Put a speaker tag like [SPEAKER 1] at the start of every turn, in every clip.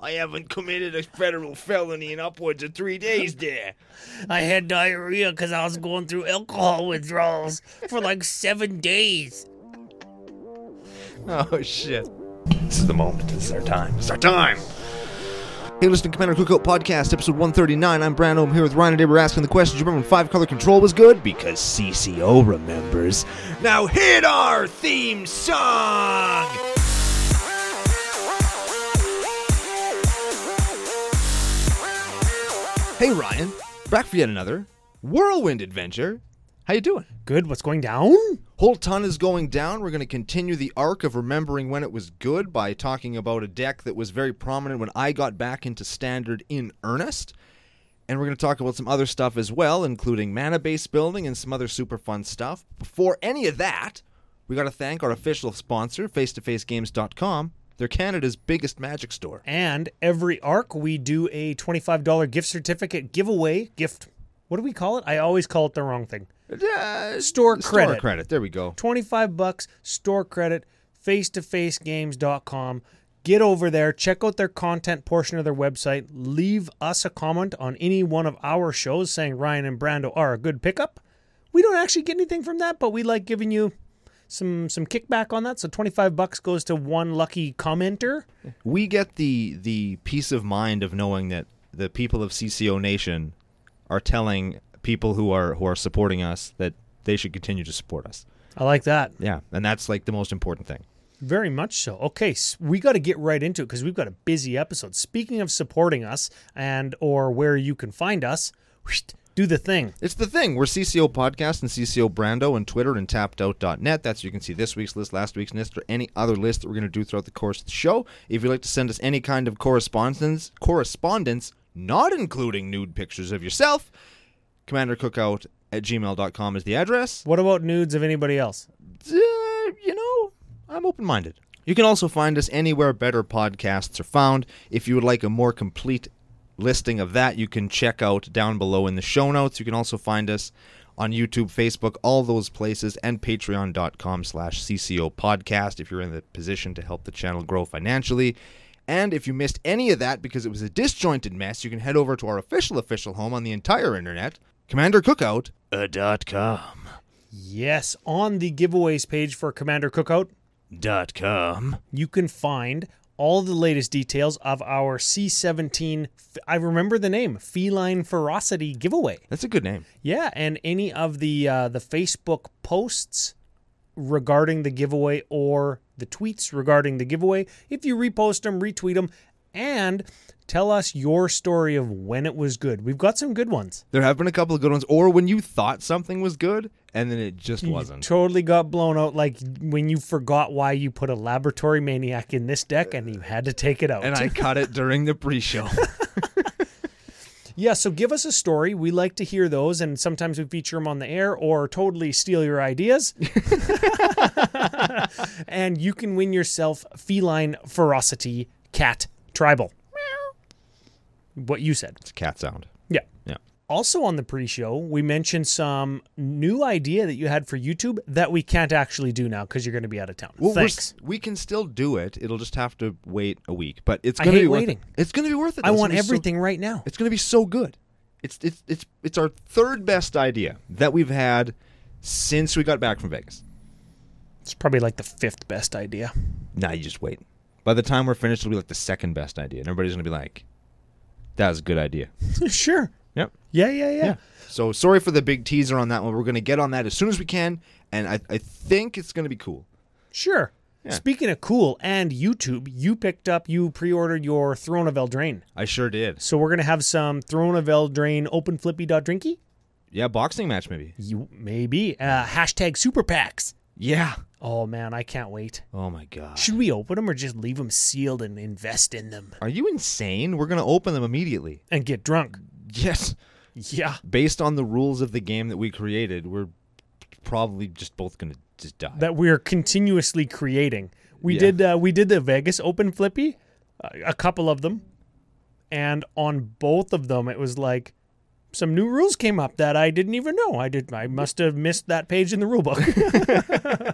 [SPEAKER 1] I haven't committed a federal felony in upwards of three days there.
[SPEAKER 2] I had diarrhea because I was going through alcohol withdrawals for like seven days.
[SPEAKER 3] Oh shit.
[SPEAKER 1] This is the moment. This is our time. It's our time.
[SPEAKER 3] Hey, listen to Commander Cookout Podcast, episode 139. I'm Brando. I'm here with Ryan and Dave. We're asking the questions. You remember when five color control was good? Because CCO remembers. Now hit our theme song! Hey Ryan, back for yet another whirlwind adventure. How you doing?
[SPEAKER 2] Good. What's going down?
[SPEAKER 3] Whole ton is going down. We're going to continue the arc of remembering when it was good by talking about a deck that was very prominent when I got back into standard in earnest. And we're going to talk about some other stuff as well, including mana base building and some other super fun stuff. Before any of that, we got to thank our official sponsor, face2facegames.com. They're Canada's biggest magic store.
[SPEAKER 2] And every arc, we do a $25 gift certificate giveaway gift. What do we call it? I always call it the wrong thing.
[SPEAKER 3] Uh,
[SPEAKER 2] Store
[SPEAKER 3] Store
[SPEAKER 2] credit.
[SPEAKER 3] credit. There we go.
[SPEAKER 2] 25 bucks store credit face to facegames.com get over there check out their content portion of their website leave us a comment on any one of our shows saying ryan and brando are a good pickup we don't actually get anything from that but we like giving you some some kickback on that so 25 bucks goes to one lucky commenter
[SPEAKER 3] we get the the peace of mind of knowing that the people of CCO Nation are telling people who are who are supporting us that they should continue to support us.
[SPEAKER 2] i like that
[SPEAKER 3] Yeah, and that's like the most important thing.
[SPEAKER 2] Very much so. Okay, s we got to get right into it because we've got a busy episode. Speaking of supporting us and or where you can find us, do the thing.
[SPEAKER 3] It's the thing. We're CCO Podcast and CCO Brando and Twitter and tappedout.net. That's where you can see this week's list, last week's list, or any other list that we're going to do throughout the course of the show. If you'd like to send us any kind of correspondence, correspondence, not including nude pictures of yourself, commandercookout at gmail.com is the address.
[SPEAKER 2] What about nudes of anybody else?
[SPEAKER 3] uh, you know, I'm open minded. You can also find us anywhere better podcasts are found. If you would like a more complete listing of that, you can check out down below in the show notes. You can also find us on YouTube, Facebook, all those places, and patreon.com slash CCO podcast if you're in the position to help the channel grow financially. And if you missed any of that because it was a disjointed mess, you can head over to our official official home on the entire internet, Commander Cookout.
[SPEAKER 1] A Uh, dot com.
[SPEAKER 2] Yes, on the giveaways page for Commander Cookout,
[SPEAKER 1] Dot com.
[SPEAKER 2] you can find all the latest details of our C17 f- I remember the name, Feline Ferocity giveaway.
[SPEAKER 3] That's a good name.
[SPEAKER 2] Yeah, and any of the uh, the Facebook posts regarding the giveaway or the tweets regarding the giveaway, if you repost them, retweet them, and tell us your story of when it was good. We've got some good ones.
[SPEAKER 3] There have been a couple of good ones, or when you thought something was good and then it just wasn't.
[SPEAKER 2] Totally got blown out, like when you forgot why you put a laboratory maniac in this deck and you had to take it out.
[SPEAKER 3] And I cut it during the pre-show.
[SPEAKER 2] Yeah, so give us a story. We like to hear those, and sometimes we feature them on the air or totally steal your ideas. and you can win yourself Feline Ferocity Cat Tribal. What you said.
[SPEAKER 3] it's a cat sound.
[SPEAKER 2] Yeah.
[SPEAKER 3] Yeah.
[SPEAKER 2] Also on the pre show, we mentioned some new idea that you had for YouTube that we can't actually do now because you're going to be out of town.
[SPEAKER 3] Well, we're
[SPEAKER 2] Thanks.
[SPEAKER 3] s- we can still do it. It'll just have to wait a week, but it's
[SPEAKER 2] I
[SPEAKER 3] gonna
[SPEAKER 2] hate
[SPEAKER 3] be worth
[SPEAKER 2] waiting.
[SPEAKER 3] It. It's gonna be worth it.
[SPEAKER 2] I
[SPEAKER 3] though. It's
[SPEAKER 2] want
[SPEAKER 3] gonna be so-
[SPEAKER 2] everything right now.
[SPEAKER 3] it's gonna be so good. It's it's it's it's our third best idea that we've had since we got back from Vegas.
[SPEAKER 2] It's probably like the fifth best idea.
[SPEAKER 3] Now you just wait. By the time we're finished, it'll be like the second best idea, and everybody's gonna be like, "That was a good idea."
[SPEAKER 2] sure.
[SPEAKER 3] Yep.
[SPEAKER 2] Yeah, yeah, yeah.
[SPEAKER 3] Yeah. So sorry for the big teaser on that one. We're going to get on that as soon as we can, and I, I think it's going to be cool.
[SPEAKER 2] Sure.
[SPEAKER 3] Yeah.
[SPEAKER 2] Speaking of cool and YouTube, you picked up, you pre ordered your Throne of Eldraine.
[SPEAKER 3] I sure did.
[SPEAKER 2] So we're going to have some Throne of Eldraine open flippy dot drinky?
[SPEAKER 3] Yeah, boxing match maybe.
[SPEAKER 2] You maybe. Uh, hashtag super packs.
[SPEAKER 3] Yeah.
[SPEAKER 2] Oh man, I can't wait.
[SPEAKER 3] Oh my god.
[SPEAKER 2] Should we open them or just leave them sealed and invest in them
[SPEAKER 3] Are you insane? We're going to open them immediately.
[SPEAKER 2] and get drunk?
[SPEAKER 3] Yes.
[SPEAKER 2] Yeah.
[SPEAKER 3] Based on the rules of the game that we created, we're probably just both going to just die.
[SPEAKER 2] That we're continuously creating. We
[SPEAKER 3] Yeah.
[SPEAKER 2] did uh, we did the Vegas open flippy, uh, a couple of them. And on both of them it was like some new rules came up that I didn't even know. I did. I must have missed that page in the rule book.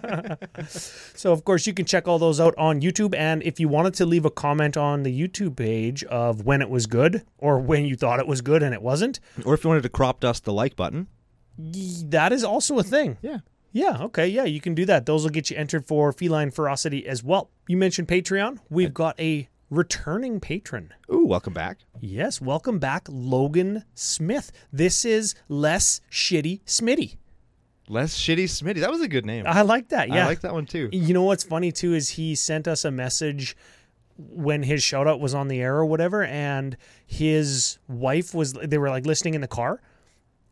[SPEAKER 2] so of course you can check all those out on YouTube. And if you wanted to leave a comment on the YouTube page of when it was good or when you thought it was good and it wasn't,
[SPEAKER 3] Or if you wanted to crop dust the like button.
[SPEAKER 2] y- that is also a thing.
[SPEAKER 3] Yeah.
[SPEAKER 2] Yeah, okay, yeah, you can do that. Those will get you entered for Feline Ferocity as well. You mentioned Patreon. We've got a returning patron.
[SPEAKER 3] Ooh, welcome back.
[SPEAKER 2] Yes, welcome back, Logan Smith. This is Less Shitty Smitty.
[SPEAKER 3] Less shitty Smitty. That was a good name.
[SPEAKER 2] I like that, Uh, yeah.
[SPEAKER 3] I like that one too.
[SPEAKER 2] You know what's funny too is he sent us a message when his shout out was on the air or whatever, and his wife was they were like listening in the car,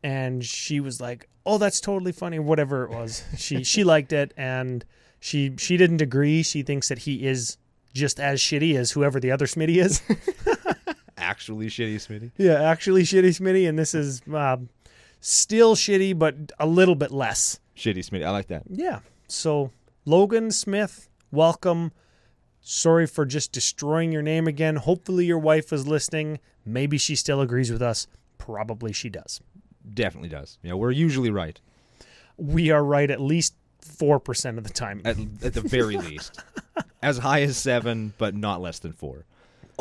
[SPEAKER 2] and she was like, "Oh, that's totally funny," or whatever it was. she she liked it, and she she didn't agree. She thinks that he is just as shitty as whoever the other Smitty is.
[SPEAKER 3] Actually shitty Smitty.
[SPEAKER 2] yeah, actually shitty Smitty, and this is um, still shitty, but a little bit less.
[SPEAKER 3] Shitty Smitty. I like that.
[SPEAKER 2] Yeah. So Logan Smith, welcome. Sorry for just destroying your name again. Hopefully your wife is listening. Maybe she still agrees with us. Probably she does.
[SPEAKER 3] Definitely does. Yeah, we're usually right
[SPEAKER 2] We are right at least 4% of the time.
[SPEAKER 3] at, at the very least. As high as seven, but not less than four.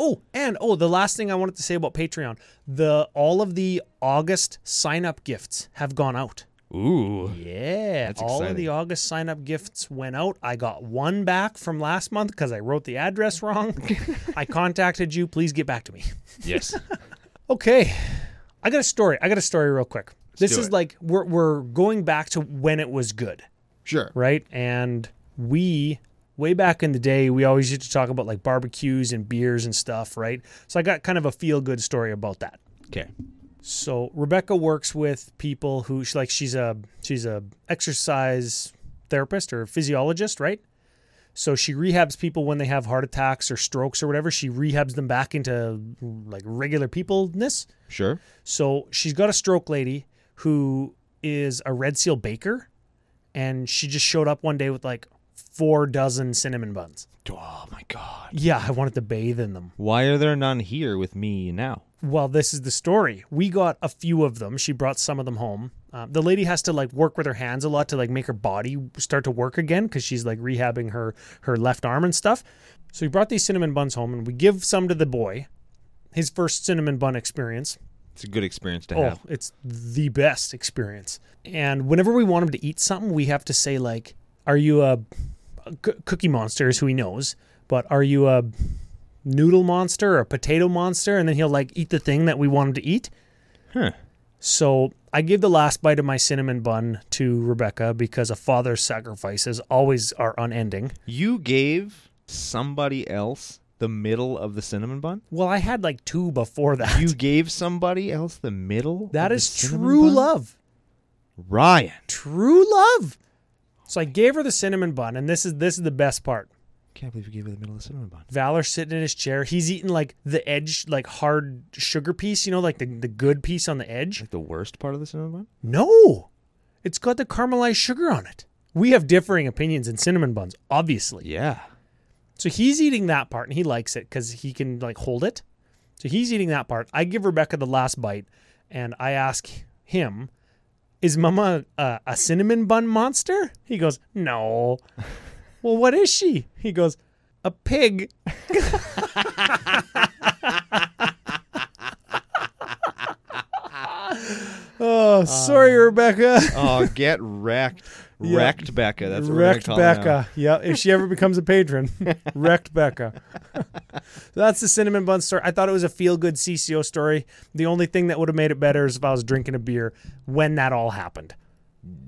[SPEAKER 2] Oh, and oh, the last thing I wanted to say about Patreon. The all of the August sign-up gifts have gone out.
[SPEAKER 3] Ooh.
[SPEAKER 2] Yeah,
[SPEAKER 3] That's
[SPEAKER 2] all of
[SPEAKER 3] exciting.
[SPEAKER 2] the August sign up gifts went out. I got one back from last month because I wrote the address wrong. I contacted you. Please get back to me.
[SPEAKER 3] Yes.
[SPEAKER 2] Okay, I got a story. I got a story real quick. this
[SPEAKER 3] do
[SPEAKER 2] is
[SPEAKER 3] it.
[SPEAKER 2] like we're we're going back to when it was good,
[SPEAKER 3] sure.
[SPEAKER 2] right? And we way back in the day, we always used to talk about like barbecues and beers and stuff, right? So I got kind of a feel good story about that.
[SPEAKER 3] Okay.
[SPEAKER 2] So Rebecca works with people who she like she's a she's a exercise therapist or physiologist, right? So she rehabs people when they have heart attacks or strokes or whatever. She rehabs them back into like regular peopleness.
[SPEAKER 3] Sure.
[SPEAKER 2] So she's got a stroke lady who is a Red Seal baker, and she just showed up one day with like four dozen cinnamon buns.
[SPEAKER 3] Oh my god.
[SPEAKER 2] Yeah, I wanted to bathe in them.
[SPEAKER 3] Why are there none here with me now?
[SPEAKER 2] Well, this is the story. We got a few of them. She brought some of them home. Uh, the lady has to like work with her hands a lot to like make her body start to work again because she's like rehabbing her her left arm and stuff. So we brought these cinnamon buns home, and we give some to the boy, his first cinnamon bun experience.
[SPEAKER 3] It's a good experience to
[SPEAKER 2] Oh,
[SPEAKER 3] have.
[SPEAKER 2] it's the best experience. And whenever we want him to eat something, we have to say like, "Are you a C- cookie monster?" Is who he knows, but are you a noodle monster or a potato monster? And then he'll like eat the thing that we want him to eat.
[SPEAKER 3] Huh.
[SPEAKER 2] So I gave the last bite of my cinnamon bun to Rebecca because a father's sacrifices always are unending.
[SPEAKER 3] You gave somebody else the middle of the cinnamon bun?
[SPEAKER 2] Well, I had like two before that.
[SPEAKER 3] You gave somebody else the middle?
[SPEAKER 2] that
[SPEAKER 3] of the
[SPEAKER 2] is
[SPEAKER 3] cinnamon
[SPEAKER 2] true
[SPEAKER 3] bun?
[SPEAKER 2] love.
[SPEAKER 3] Ryan.
[SPEAKER 2] true love. So I gave her the cinnamon bun, and this is this is the best part.
[SPEAKER 3] Can't believe you gave her the middle of the cinnamon bun.
[SPEAKER 2] Valor sitting in his chair. He's eating like the edge, like hard sugar piece, you know, like the, the good piece on the edge.
[SPEAKER 3] Like the worst part of the cinnamon bun?
[SPEAKER 2] No, it's got the caramelized sugar on it. We have differing opinions in cinnamon buns, obviously.
[SPEAKER 3] Yeah.
[SPEAKER 2] So he's eating that part and he likes it because he can like hold it. So he's eating that part. I give Rebecca the last bite and I ask him, Is Mama uh, a cinnamon bun monster? He goes, No. well, what is she? He goes, A pig. oh, sorry, Rebecca.
[SPEAKER 3] Oh, get wrecked.
[SPEAKER 2] Yeah.
[SPEAKER 3] Wrecked Becca. That's what we're gonna
[SPEAKER 2] wrecked
[SPEAKER 3] call her now.
[SPEAKER 2] Becca. Yeah, if she ever becomes a patron, wrecked Becca. so that's the cinnamon bun story. I thought it was a feel good CCO story. The only thing that would have made it better is if I was drinking a beer when that all happened.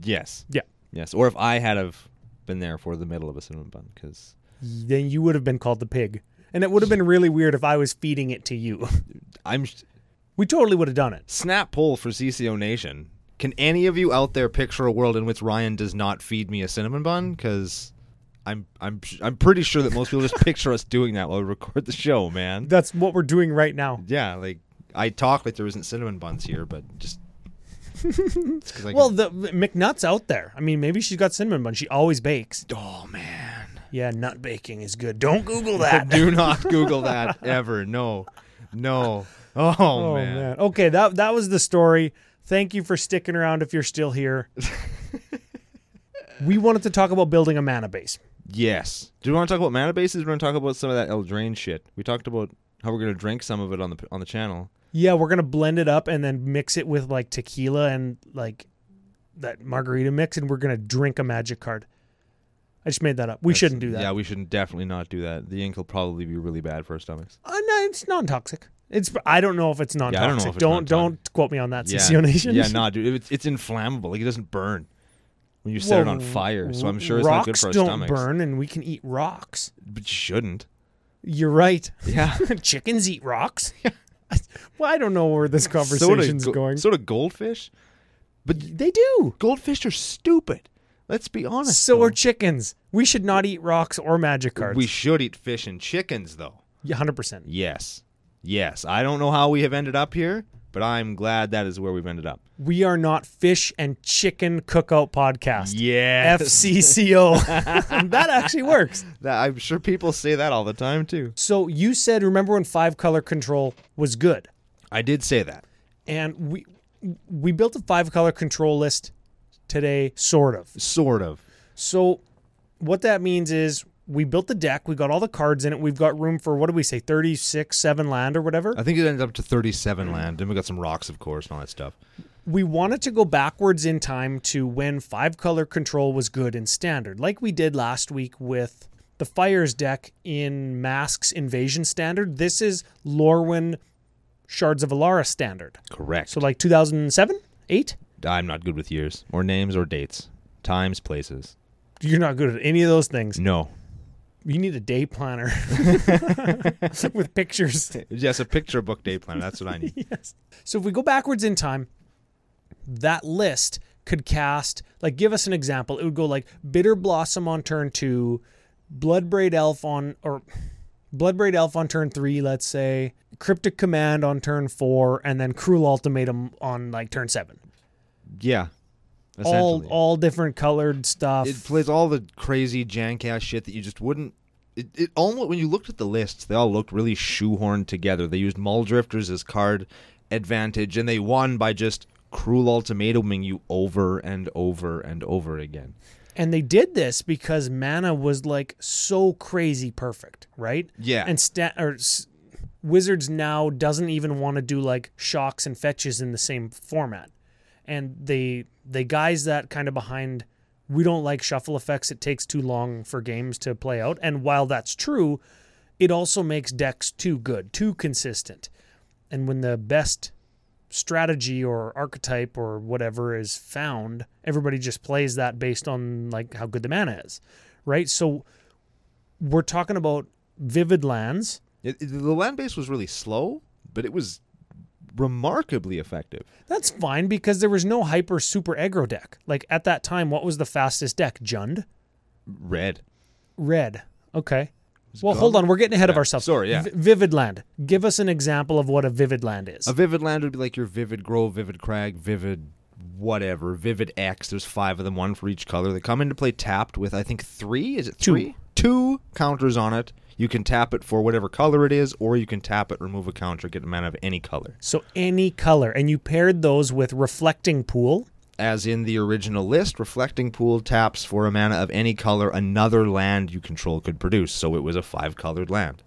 [SPEAKER 3] Yes.
[SPEAKER 2] Yeah,
[SPEAKER 3] Yes. Or if I had have been there for the middle of a cinnamon bun, because
[SPEAKER 2] then you would have been called the pig, and it would have been really weird if I was feeding it to you.
[SPEAKER 3] I'm
[SPEAKER 2] we totally would have done it.
[SPEAKER 3] snap poll for CCO Nation. Can any of you out there picture a world in which Ryan does not feed me a cinnamon bun? Because I'm I'm I'm pretty sure that most people just picture us doing that while we record the show, man.
[SPEAKER 2] That's what we're doing right now.
[SPEAKER 3] Yeah, like I talk like there isn't cinnamon buns here, but just it's 'cause I
[SPEAKER 2] Well,
[SPEAKER 3] can-
[SPEAKER 2] the McNutt's out there. I mean, maybe she's got cinnamon bun. She always bakes.
[SPEAKER 3] oh man,
[SPEAKER 2] Yeah, nut baking is good. Don't Google that.
[SPEAKER 3] do not Google that ever. No, no. Oh,
[SPEAKER 2] Oh man.
[SPEAKER 3] man.
[SPEAKER 2] Okay, that that was the story. Thank you for sticking around if you're still here. we wanted to talk about building a mana base.
[SPEAKER 3] Yes. Do we want to talk about mana bases? We're going to talk about some of that Eldraine shit. We talked about how we're going to drink some of it on the on the channel.
[SPEAKER 2] Yeah, we're gonna blend it up and then mix it with like tequila and like that margarita mix, and we're gonna drink a magic card. I just made that up. We shouldn't do that.
[SPEAKER 3] Yeah, we should definitely not do that. The ink will probably be really bad for our stomachs.
[SPEAKER 2] Uh, no, it's non-toxic. It's I don't know if it's
[SPEAKER 3] don't
[SPEAKER 2] non-toxic.
[SPEAKER 3] know
[SPEAKER 2] don't
[SPEAKER 3] if it's
[SPEAKER 2] don't,
[SPEAKER 3] non-toxic.
[SPEAKER 2] quote me on that,
[SPEAKER 3] Yeah.
[SPEAKER 2] CCO Nation.
[SPEAKER 3] Yeah, nah, dude. It's, it's inflammable. Like, it doesn't burn when you set it on
[SPEAKER 2] Well,
[SPEAKER 3] fire. So I'm sure it's
[SPEAKER 2] rocks
[SPEAKER 3] not good for our
[SPEAKER 2] don't
[SPEAKER 3] stomachs.
[SPEAKER 2] burn, and we can eat rocks.
[SPEAKER 3] But you shouldn't.
[SPEAKER 2] You're right.
[SPEAKER 3] Yeah.
[SPEAKER 2] Chickens eat rocks. well, I don't know where this conversation's
[SPEAKER 3] Conversations so do, go-
[SPEAKER 2] going.
[SPEAKER 3] So do goldfish. But
[SPEAKER 2] they do.
[SPEAKER 3] goldfish are stupid. Let's be honest.
[SPEAKER 2] So
[SPEAKER 3] though.
[SPEAKER 2] are chickens. We should not eat rocks or magic cards.
[SPEAKER 3] we should eat fish and chickens, though.
[SPEAKER 2] Yeah, 100%.
[SPEAKER 3] Yes. Yes. I don't know how we have ended up here, but I'm glad that is where we've ended up.
[SPEAKER 2] We are not fish and chicken cookout podcast.
[SPEAKER 3] Yeah.
[SPEAKER 2] FCCO. that actually works.
[SPEAKER 3] I'm sure people say that all the time, too.
[SPEAKER 2] So you said remember when five color control was good?
[SPEAKER 3] I did say that.
[SPEAKER 2] And we we built a five color control list today sort of.
[SPEAKER 3] Sort of.
[SPEAKER 2] So what that means is we built the deck, we got all the cards in it, we've got room for what did we say, 36, 7 land or whatever.
[SPEAKER 3] I think it ended up to 37 land. Then we got some rocks, of course, and all that stuff.
[SPEAKER 2] We wanted to go backwards in time to when five color control was good in standard, like we did last week with the Fires deck in Masks Invasion standard. This is Lorwyn Shards of Alara standard.
[SPEAKER 3] Correct.
[SPEAKER 2] So like 2007, 8?
[SPEAKER 3] I'm not good with years or names or dates, times, places.
[SPEAKER 2] You're not good at any of those things.
[SPEAKER 3] No.
[SPEAKER 2] You need a day planner with pictures.
[SPEAKER 3] Yes, a picture book day planner. That's what I need.
[SPEAKER 2] yes. So if we go backwards in time, that list could cast like give us an example. It would go like Bitter Blossom on turn two, Bloodbraid Elf on or Bloodbraid Elf on turn three, let's say, Cryptic Command on turn four, and then Cruel Ultimatum on like turn seven.
[SPEAKER 3] Yeah.
[SPEAKER 2] All
[SPEAKER 3] Essentially.
[SPEAKER 2] all different colored stuff.
[SPEAKER 3] it plays all the crazy jank ass shit that you just wouldn't. It, it almost when you looked at the lists, they all looked really shoehorned together. They used Mull Drifters as card advantage, and they won by just cruel ultimatuming you over and over and over again.
[SPEAKER 2] And they did this because mana was like so crazy perfect, right?
[SPEAKER 3] Yeah.
[SPEAKER 2] And sta- or s- Wizards now doesn't even want to do like shocks and fetches in the same format. And they they guise that kind of behind we don't like shuffle effects. It takes too long for games to play out. And while that's true, it also makes decks too good, too consistent. And when the best strategy or archetype or whatever is found, everybody just plays that based on like how good the mana is, right? So we're talking about vivid lands.
[SPEAKER 3] It- it- the land base was really slow, but it was remarkably effective.
[SPEAKER 2] That's fine because there was no hyper super aggro deck. Like at that time, what was the fastest deck? Jund,
[SPEAKER 3] Red.
[SPEAKER 2] red. Okay. Well, hold on. We're getting ahead of
[SPEAKER 3] Yeah,
[SPEAKER 2] ourselves.
[SPEAKER 3] sorry, yeah.
[SPEAKER 2] vivid land. Give us an example of what a vivid land is.
[SPEAKER 3] A vivid land would be like your vivid grove, vivid crag, vivid whatever, vivid X. There's five of them, one for each color. They come into play tapped with I think three. Is it
[SPEAKER 2] Two.
[SPEAKER 3] three? Two counters on it. You can tap it for whatever color it is, or you can tap it, remove a counter, get a mana of any color.
[SPEAKER 2] so any color, and you paired those with reflecting pool.
[SPEAKER 3] As in the original list, Reflecting Pool taps for a mana of any color another land you control could produce. So it was a five colored land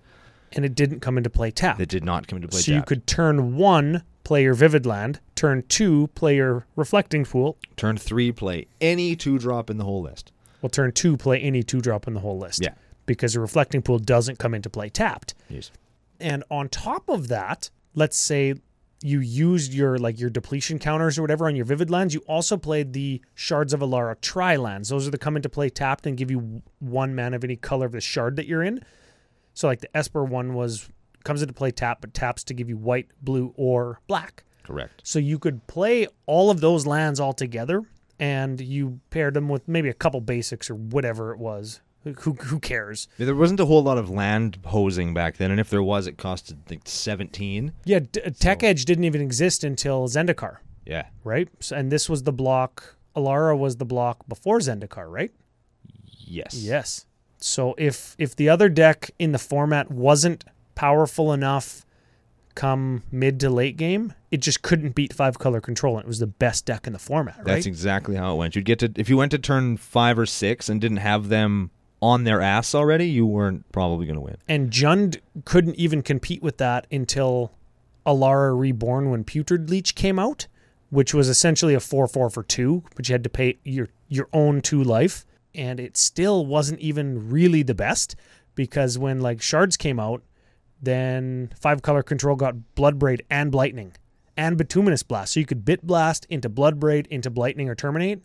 [SPEAKER 2] and it didn't come into play tap.
[SPEAKER 3] that did not come into play
[SPEAKER 2] so you
[SPEAKER 3] tapped.
[SPEAKER 2] could turn one, play your Vivid Land, turn two, play your Reflecting Pool,
[SPEAKER 3] Turn three, play any two drop in the whole list.
[SPEAKER 2] well, turn two, play any two drop in the whole list.
[SPEAKER 3] Yeah.
[SPEAKER 2] Because a Reflecting Pool doesn't come into play tapped.
[SPEAKER 3] Yes.
[SPEAKER 2] And on top of that, let's say you used your like your depletion counters or whatever on your vivid lands. You also played the shards of Alara tri lands. Those are the come into play tapped and give you w- one mana of any color of the shard that you're in. So like the Esper one was comes into play tap, but taps to give you white, blue, or black.
[SPEAKER 3] Correct.
[SPEAKER 2] So you could play all of those lands all together, and you paired them with maybe a couple basics or whatever it was. Who, who, who cares?
[SPEAKER 3] Yeah, There wasn't a whole lot of land hosing back then, and if there was, it costed like seventeen.
[SPEAKER 2] Yeah, D- uh, Tech Edge didn't even exist until Zendikar.
[SPEAKER 3] Yeah.
[SPEAKER 2] right? So, and this was the block. Alara was the block before Zendikar, right?
[SPEAKER 3] Yes.
[SPEAKER 2] Yes. So if if the other deck in the format wasn't powerful enough, come mid to late game, it just couldn't beat five color control, and it was the best deck in the format, right?
[SPEAKER 3] That's exactly how it went. You'd get to if you went to turn five or six and didn't have them on their ass already, you weren't probably going to win.
[SPEAKER 2] and Jund couldn't even compete with that until Alara Reborn when Putrid Leech came out, which was essentially a four four for two, but you had to pay your your own two life, and it still wasn't even really the best because when like Shards came out, then five color control got Bloodbraid and Blightning and Bituminous Blast, so you could Bit Blast into Bloodbraid into Blightning or Terminate,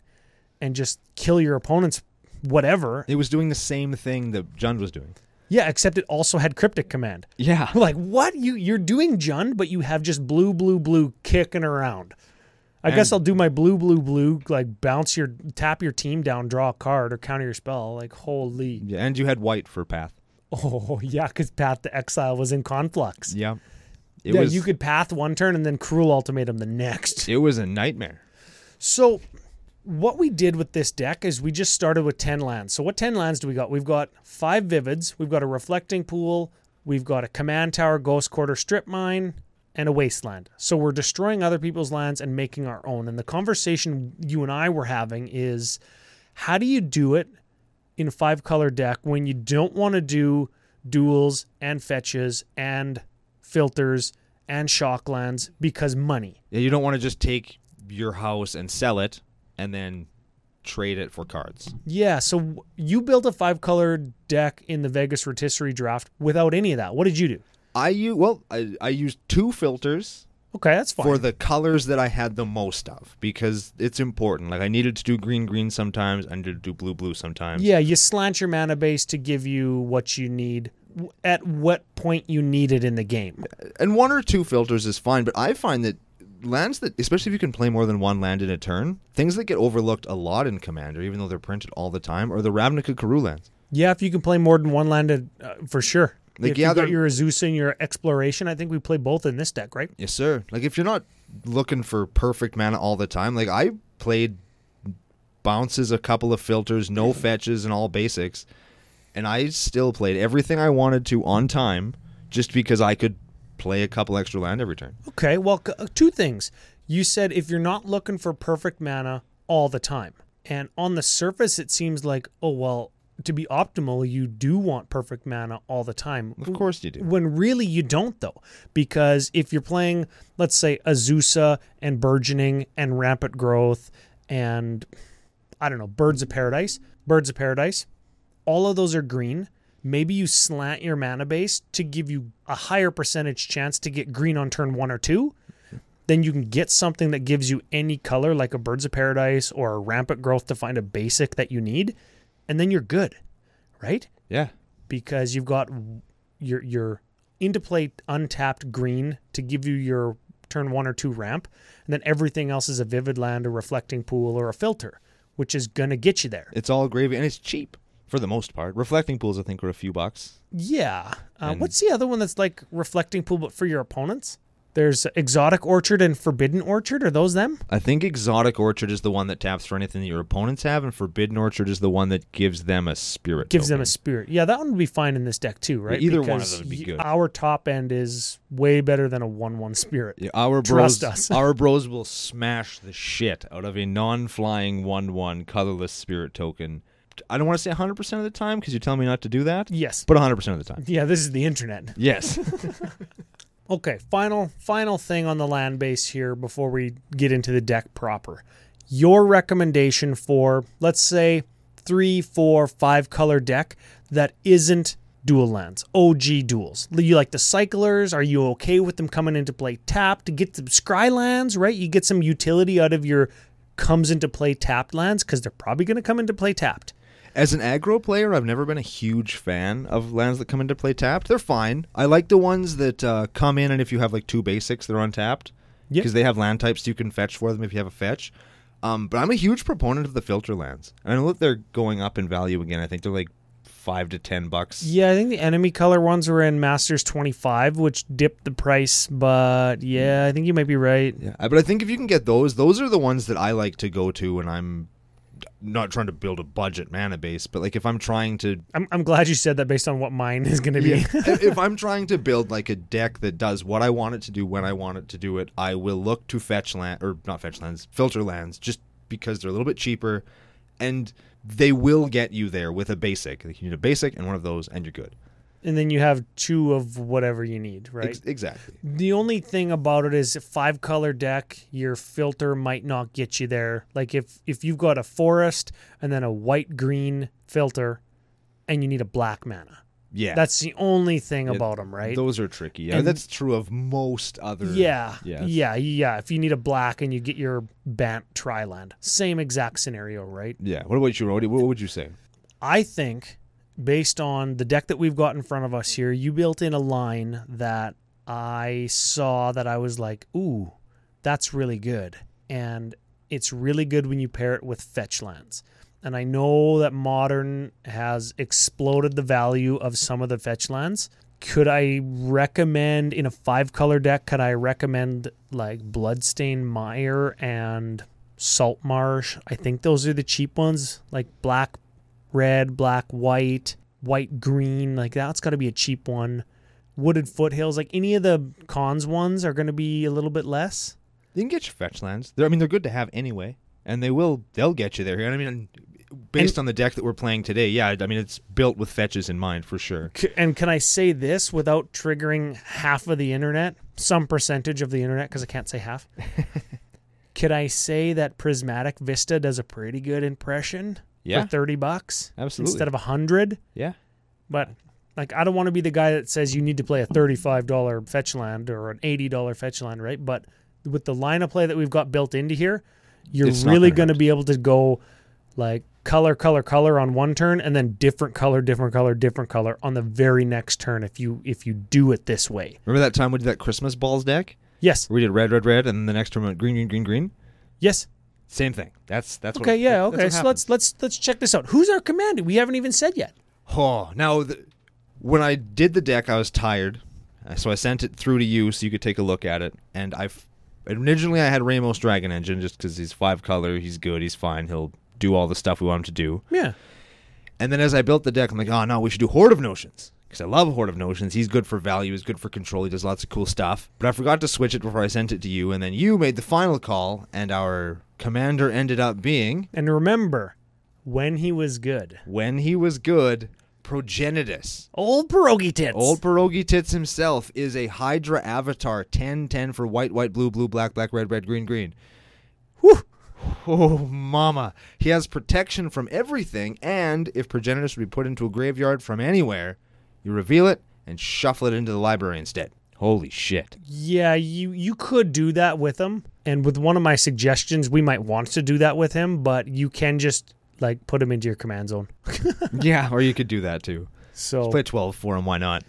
[SPEAKER 2] and just kill your opponent's whatever.
[SPEAKER 3] It was doing the same thing that Jund was doing.
[SPEAKER 2] Yeah, except it also had Cryptic Command.
[SPEAKER 3] Yeah.
[SPEAKER 2] We're like, what? You you're doing Jund, but you have just blue, blue, blue kicking around. I guess
[SPEAKER 3] And-
[SPEAKER 2] I'll do my blue, blue, blue, like bounce your tap your team down, draw a card, or counter your spell. Like, holy
[SPEAKER 3] Yeah, and you had white for path.
[SPEAKER 2] Oh yeah, because Path to Exile was in conflux.
[SPEAKER 3] Yeah. It
[SPEAKER 2] yeah,
[SPEAKER 3] was
[SPEAKER 2] you could path one turn and then cruel ultimatum the next.
[SPEAKER 3] it was a nightmare.
[SPEAKER 2] So what we did with this deck is we just started with 10 lands. So what 10 lands do we got? We've got 5 vivids, we've got a reflecting pool, we've got a command tower, ghost quarter, strip mine, and a wasteland. So we're destroying other people's lands and making our own. And the conversation you and I were having is how do you do it in five color deck when you don't want to do duels and fetches and filters and shock lands because money.
[SPEAKER 3] Yeah, you don't want to just take your house and sell it and then trade it for cards.
[SPEAKER 2] Yeah, so w- you built a five color deck in the Vegas rotisserie draft without any of that. What did you do?
[SPEAKER 3] I use well, I, I used two filters
[SPEAKER 2] Okay, that's fine.
[SPEAKER 3] for the colors that I had the most of because it's important. Like I needed to do green green sometimes, I needed to do blue blue sometimes.
[SPEAKER 2] yeah, you slant your mana base to give you what you need w- at what point you need it in the game.
[SPEAKER 3] And one or two filters is fine, but I find that lands that especially if you can play more than one land in a turn, things that get overlooked a lot in Commander, even though they're printed all the time, are the Ravnica Karoo lands.
[SPEAKER 2] Yeah, if you can play more than one land, uh, uh, for sure.
[SPEAKER 3] Like,
[SPEAKER 2] if
[SPEAKER 3] yeah,
[SPEAKER 2] you got
[SPEAKER 3] they're-
[SPEAKER 2] your Azusa and your Exploration, I think we play both in this deck, right?
[SPEAKER 3] Yes, sir. Like if you're not looking for perfect mana all the time, like I played bounces a couple of filters, no fetches, and all basics, and I still played everything I wanted to on time, just because I could play a couple extra land every turn.
[SPEAKER 2] Okay, well, c- uh, two things. You said if you're not looking for perfect mana all the time, and on the surface, it seems like, oh, well, to be optimal, you do want perfect mana all the time.
[SPEAKER 3] Of course you do.
[SPEAKER 2] When really you don't, though, because if you're playing, let's say, Azusa and Burgeoning and Rampant Growth and, I don't know, Birds of Paradise, Birds of Paradise, all of those are green. Maybe you slant your mana base to give you a higher percentage chance to get green on turn one or two. Then you can get something that gives you any color, like a Birds of Paradise or a Rampant Growth to find a basic that you need. And then you're good, right?
[SPEAKER 3] Yeah.
[SPEAKER 2] because you've got your your into play untapped green to give you your turn one or two ramp, and then everything else is a vivid land, a reflecting pool, or a filter, which is gonna get you there.
[SPEAKER 3] It's all gravy and it's cheap for the most part. Reflecting pools, I think, are a few bucks.
[SPEAKER 2] Yeah. Uh, what's the other one that's like reflecting pool but for your opponents? There's exotic orchard and forbidden orchard. Are those them?
[SPEAKER 3] I think Exotic Orchard is the one that taps for anything that your opponents have, and Forbidden Orchard is the one that gives them a spirit.
[SPEAKER 2] Gives them
[SPEAKER 3] token.
[SPEAKER 2] a spirit. Yeah, that one would be fine in this deck too, right?
[SPEAKER 3] either one of
[SPEAKER 2] Because
[SPEAKER 3] them would be
[SPEAKER 2] y-
[SPEAKER 3] good.
[SPEAKER 2] Our top end is way better than a one-one spirit.
[SPEAKER 3] Yeah, our
[SPEAKER 2] Trust
[SPEAKER 3] bros,
[SPEAKER 2] us.
[SPEAKER 3] our bros will smash the shit out of a non-flying one-one colorless spirit token. I don't want to say 100 percent of the time because you tell me not to do that,
[SPEAKER 2] Yes.
[SPEAKER 3] but 100 percent of the time.
[SPEAKER 2] Yeah, this is the internet.
[SPEAKER 3] Yes.
[SPEAKER 2] Okay, final final thing on the land base here before we get into the deck proper. Your recommendation for let's say three, four, five color deck that isn't dual lands, OG duels. Do You like the cyclers? Are you okay with them coming into play tapped? Get some scry lands, right? You get some utility out of your comes into play tapped lands because they're probably going to come into play tapped.
[SPEAKER 3] As an aggro player, I've never been a huge fan of lands that come into play tapped. They're fine. I like the ones that uh, come in, and if you have like two basics, they're untapped
[SPEAKER 2] Yeah.
[SPEAKER 3] because they have land types you can fetch for them if you have a fetch. Um, but I'm a huge proponent of the filter lands. I know that they're going up in value again. I think they're like five to ten bucks.
[SPEAKER 2] Yeah, I think the enemy color ones were in Masters 25, which dipped the price, but yeah, I think you might be right.
[SPEAKER 3] Uh, Yeah, I- but I think if you can get those, those are the ones that I like to go to when I'm not trying to build a budget mana base, but like if I'm trying to
[SPEAKER 2] I'm, I'm glad you said that based on what mine is going to be.
[SPEAKER 3] if if I'm trying to build like a deck that does what I want it to do when I want it to do it, I will look to fetch land or not fetch lands, filter lands, just because they're a little bit cheaper, and they will get you there with a basic. Like, you need a basic and one of those, and you're good.
[SPEAKER 2] and then you have two of whatever you need, right?
[SPEAKER 3] Ex- exactly.
[SPEAKER 2] the only thing about it is a five color deck, your filter might not get you there. Like if if you've got a forest and then a white green filter and you need a black mana.
[SPEAKER 3] Yeah,
[SPEAKER 2] That's the only thing about them, right?
[SPEAKER 3] Those are tricky. Yeah,
[SPEAKER 2] And-
[SPEAKER 3] that's true of most other.
[SPEAKER 2] Yeah.
[SPEAKER 3] Yeah.
[SPEAKER 2] Yeah. Yeah. If you need a black and you get your Bant Triland, same exact scenario, right?
[SPEAKER 3] Yeah. What about you, Rody? What would you say?
[SPEAKER 2] I think, based on the deck that we've got in front of us here, you built in a line that I saw that I was like, ooh, that's really good. And it's really good when you pair it with fetch lands. And I know that modern has exploded the value of some of the fetch lands. Could I recommend in a five color deck? Could I recommend like Bloodstained Mire and Salt Marsh? I think those are the cheap ones, like black red, black, white, white, green. Like that's got to be a cheap one. Wooded foothills, like any of the cons ones, are going to be a little bit less.
[SPEAKER 3] You can get your fetch lands. They're, I mean, they're good to have anyway, and they will. They'll get you there. And I mean, based on the deck that we're playing today, yeah. I mean, it's built with fetches in mind for sure.
[SPEAKER 2] C- And can I say this without triggering half of the internet, some percentage of the internet, because I can't say half? Could I say that Prismatic Vista does a pretty good impression
[SPEAKER 3] Yeah.
[SPEAKER 2] for 30 bucks
[SPEAKER 3] Absolutely.
[SPEAKER 2] instead of 100?
[SPEAKER 3] Yeah.
[SPEAKER 2] But like, I don't want to be the guy that says you need to play a thirty-five dollar fetch land or an eighty-dollar fetch land, right? But with the line of play that we've got built into here, you're
[SPEAKER 3] It's not
[SPEAKER 2] really
[SPEAKER 3] gonna
[SPEAKER 2] going to
[SPEAKER 3] hurt.
[SPEAKER 2] be able to go like color, color, color on one turn, and then different color, different color, different color on the very next turn if you if you do it this way.
[SPEAKER 3] Remember that time we did that Christmas balls deck?
[SPEAKER 2] Yes,
[SPEAKER 3] We did red, red, red, and then the next turn went green, green, green, green.
[SPEAKER 2] yes.
[SPEAKER 3] Same thing. That's that's
[SPEAKER 2] Okay,
[SPEAKER 3] What,
[SPEAKER 2] yeah,
[SPEAKER 3] that's what
[SPEAKER 2] okay. So
[SPEAKER 3] happened.
[SPEAKER 2] let's let's let's check this out. Who's our commander? We haven't even said yet.
[SPEAKER 3] Oh, now the, when I did the deck, I was tired, uh, so I sent it through to you so you could take a look at it. And I originally I had Ramos Dragon Engine just because he's five color, he's good, he's fine, he'll do all the stuff we want him to do.
[SPEAKER 2] Yeah.
[SPEAKER 3] And then as I built the deck, I'm like, oh no, we should do Horde of Notions. Because I love Horde of Notions. He's good for value, he's good for control, he does lots of cool stuff. But I forgot to switch it before I sent it to you, and then you made the final call, and our commander ended up being,
[SPEAKER 2] And remember, when he was good,
[SPEAKER 3] when he was good, Progenitus.
[SPEAKER 2] old pierogi tits.
[SPEAKER 3] Old Pierogi Tits himself is a Hydra avatar, 10 10 for white, white, blue, blue, black, black, red, red, green, green.
[SPEAKER 2] Whew.
[SPEAKER 3] Oh, mama. He has protection from everything, and if Progenitus would be put into a graveyard from anywhere, you reveal it and shuffle it into the library instead. Holy shit.
[SPEAKER 2] Yeah, you you could do that with him. And with one of my suggestions, we might want to do that with him, but you can just like put him into your command zone.
[SPEAKER 3] yeah, or you could do that too.
[SPEAKER 2] So
[SPEAKER 3] Play 12 for him, why not?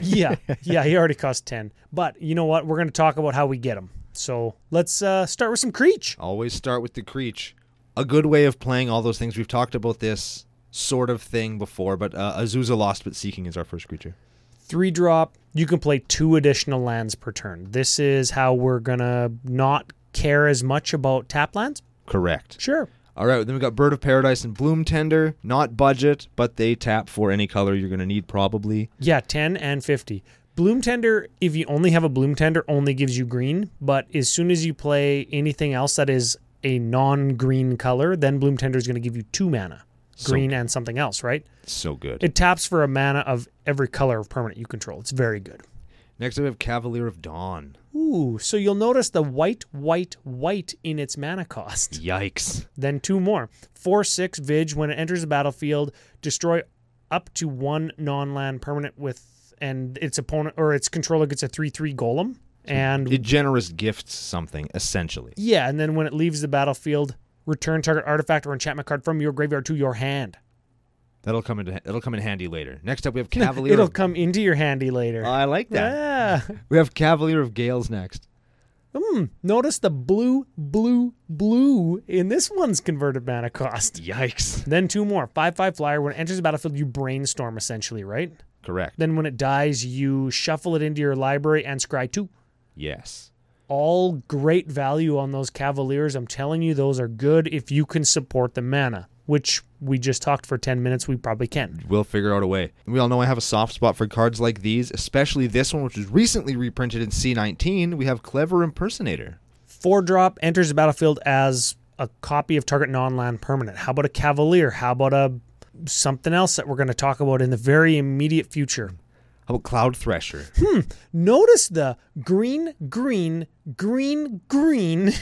[SPEAKER 2] yeah, yeah, he already cost 10. But you know what? We're going to talk about how we get him. So let's uh, start with some Creech.
[SPEAKER 3] Always start with the Creech. A good way of playing all those things. We've talked about this sort of thing before, but uh, Azusa Lost But Seeking is our first creature.
[SPEAKER 2] Three drop. You can play two additional lands per turn. This is how we're going to not care as much about tap lands.
[SPEAKER 3] Correct.
[SPEAKER 2] Sure.
[SPEAKER 3] All right, then we got Bird of Paradise and Bloom Tender. Not budget, but they tap for any color you're going to need, probably.
[SPEAKER 2] Yeah, 10 and 50. Bloom Tender, if you only have a Bloom Tender, only gives you green, but as soon as you play anything else that is a non green color, then Bloom Tender is going to give you two mana
[SPEAKER 3] So-
[SPEAKER 2] green and something else, right?
[SPEAKER 3] So good.
[SPEAKER 2] It taps for a mana of every color of permanent you control. It's very good.
[SPEAKER 3] Next, we have Cavalier of Dawn.
[SPEAKER 2] Ooh, so you'll notice the white, white, white in its mana cost.
[SPEAKER 3] Yikes.
[SPEAKER 2] then two more. Four six Vig when it enters the battlefield, destroy up to one non-land permanent with and its opponent or its controller gets a three three golem. And
[SPEAKER 3] It generous gifts something, essentially.
[SPEAKER 2] yeah, and then when it leaves the battlefield, return target artifact or enchantment card from your graveyard to your hand.
[SPEAKER 3] That'll come into it'll come in handy later. Next up, we have Cavalier.
[SPEAKER 2] It'll
[SPEAKER 3] of,
[SPEAKER 2] come into your handy later.
[SPEAKER 3] I like that.
[SPEAKER 2] yeah.
[SPEAKER 3] We have Cavalier of Gales next.
[SPEAKER 2] Hmm. Notice the blue, blue, blue in this one's converted mana cost.
[SPEAKER 3] Yikes.
[SPEAKER 2] Then two more. Five five flyer. When it enters the battlefield, you brainstorm essentially, right?
[SPEAKER 3] Correct.
[SPEAKER 2] Then when it dies, you shuffle it into your library and scry two.
[SPEAKER 3] Yes.
[SPEAKER 2] all great value on those Cavaliers. I'm telling you, those are good if you can support the mana, which we just talked for 10 minutes. We probably can.
[SPEAKER 3] We'll figure out a way. We all know I have a soft spot for cards like these, especially this one, which was recently reprinted in C19. We have Clever Impersonator.
[SPEAKER 2] Four drop enters the battlefield as a copy of target non land permanent. How about a Cavalier? How about a something else that we're going to talk about in the very immediate future?
[SPEAKER 3] How about Cloud Thresher?
[SPEAKER 2] Notice the green, green, green, green,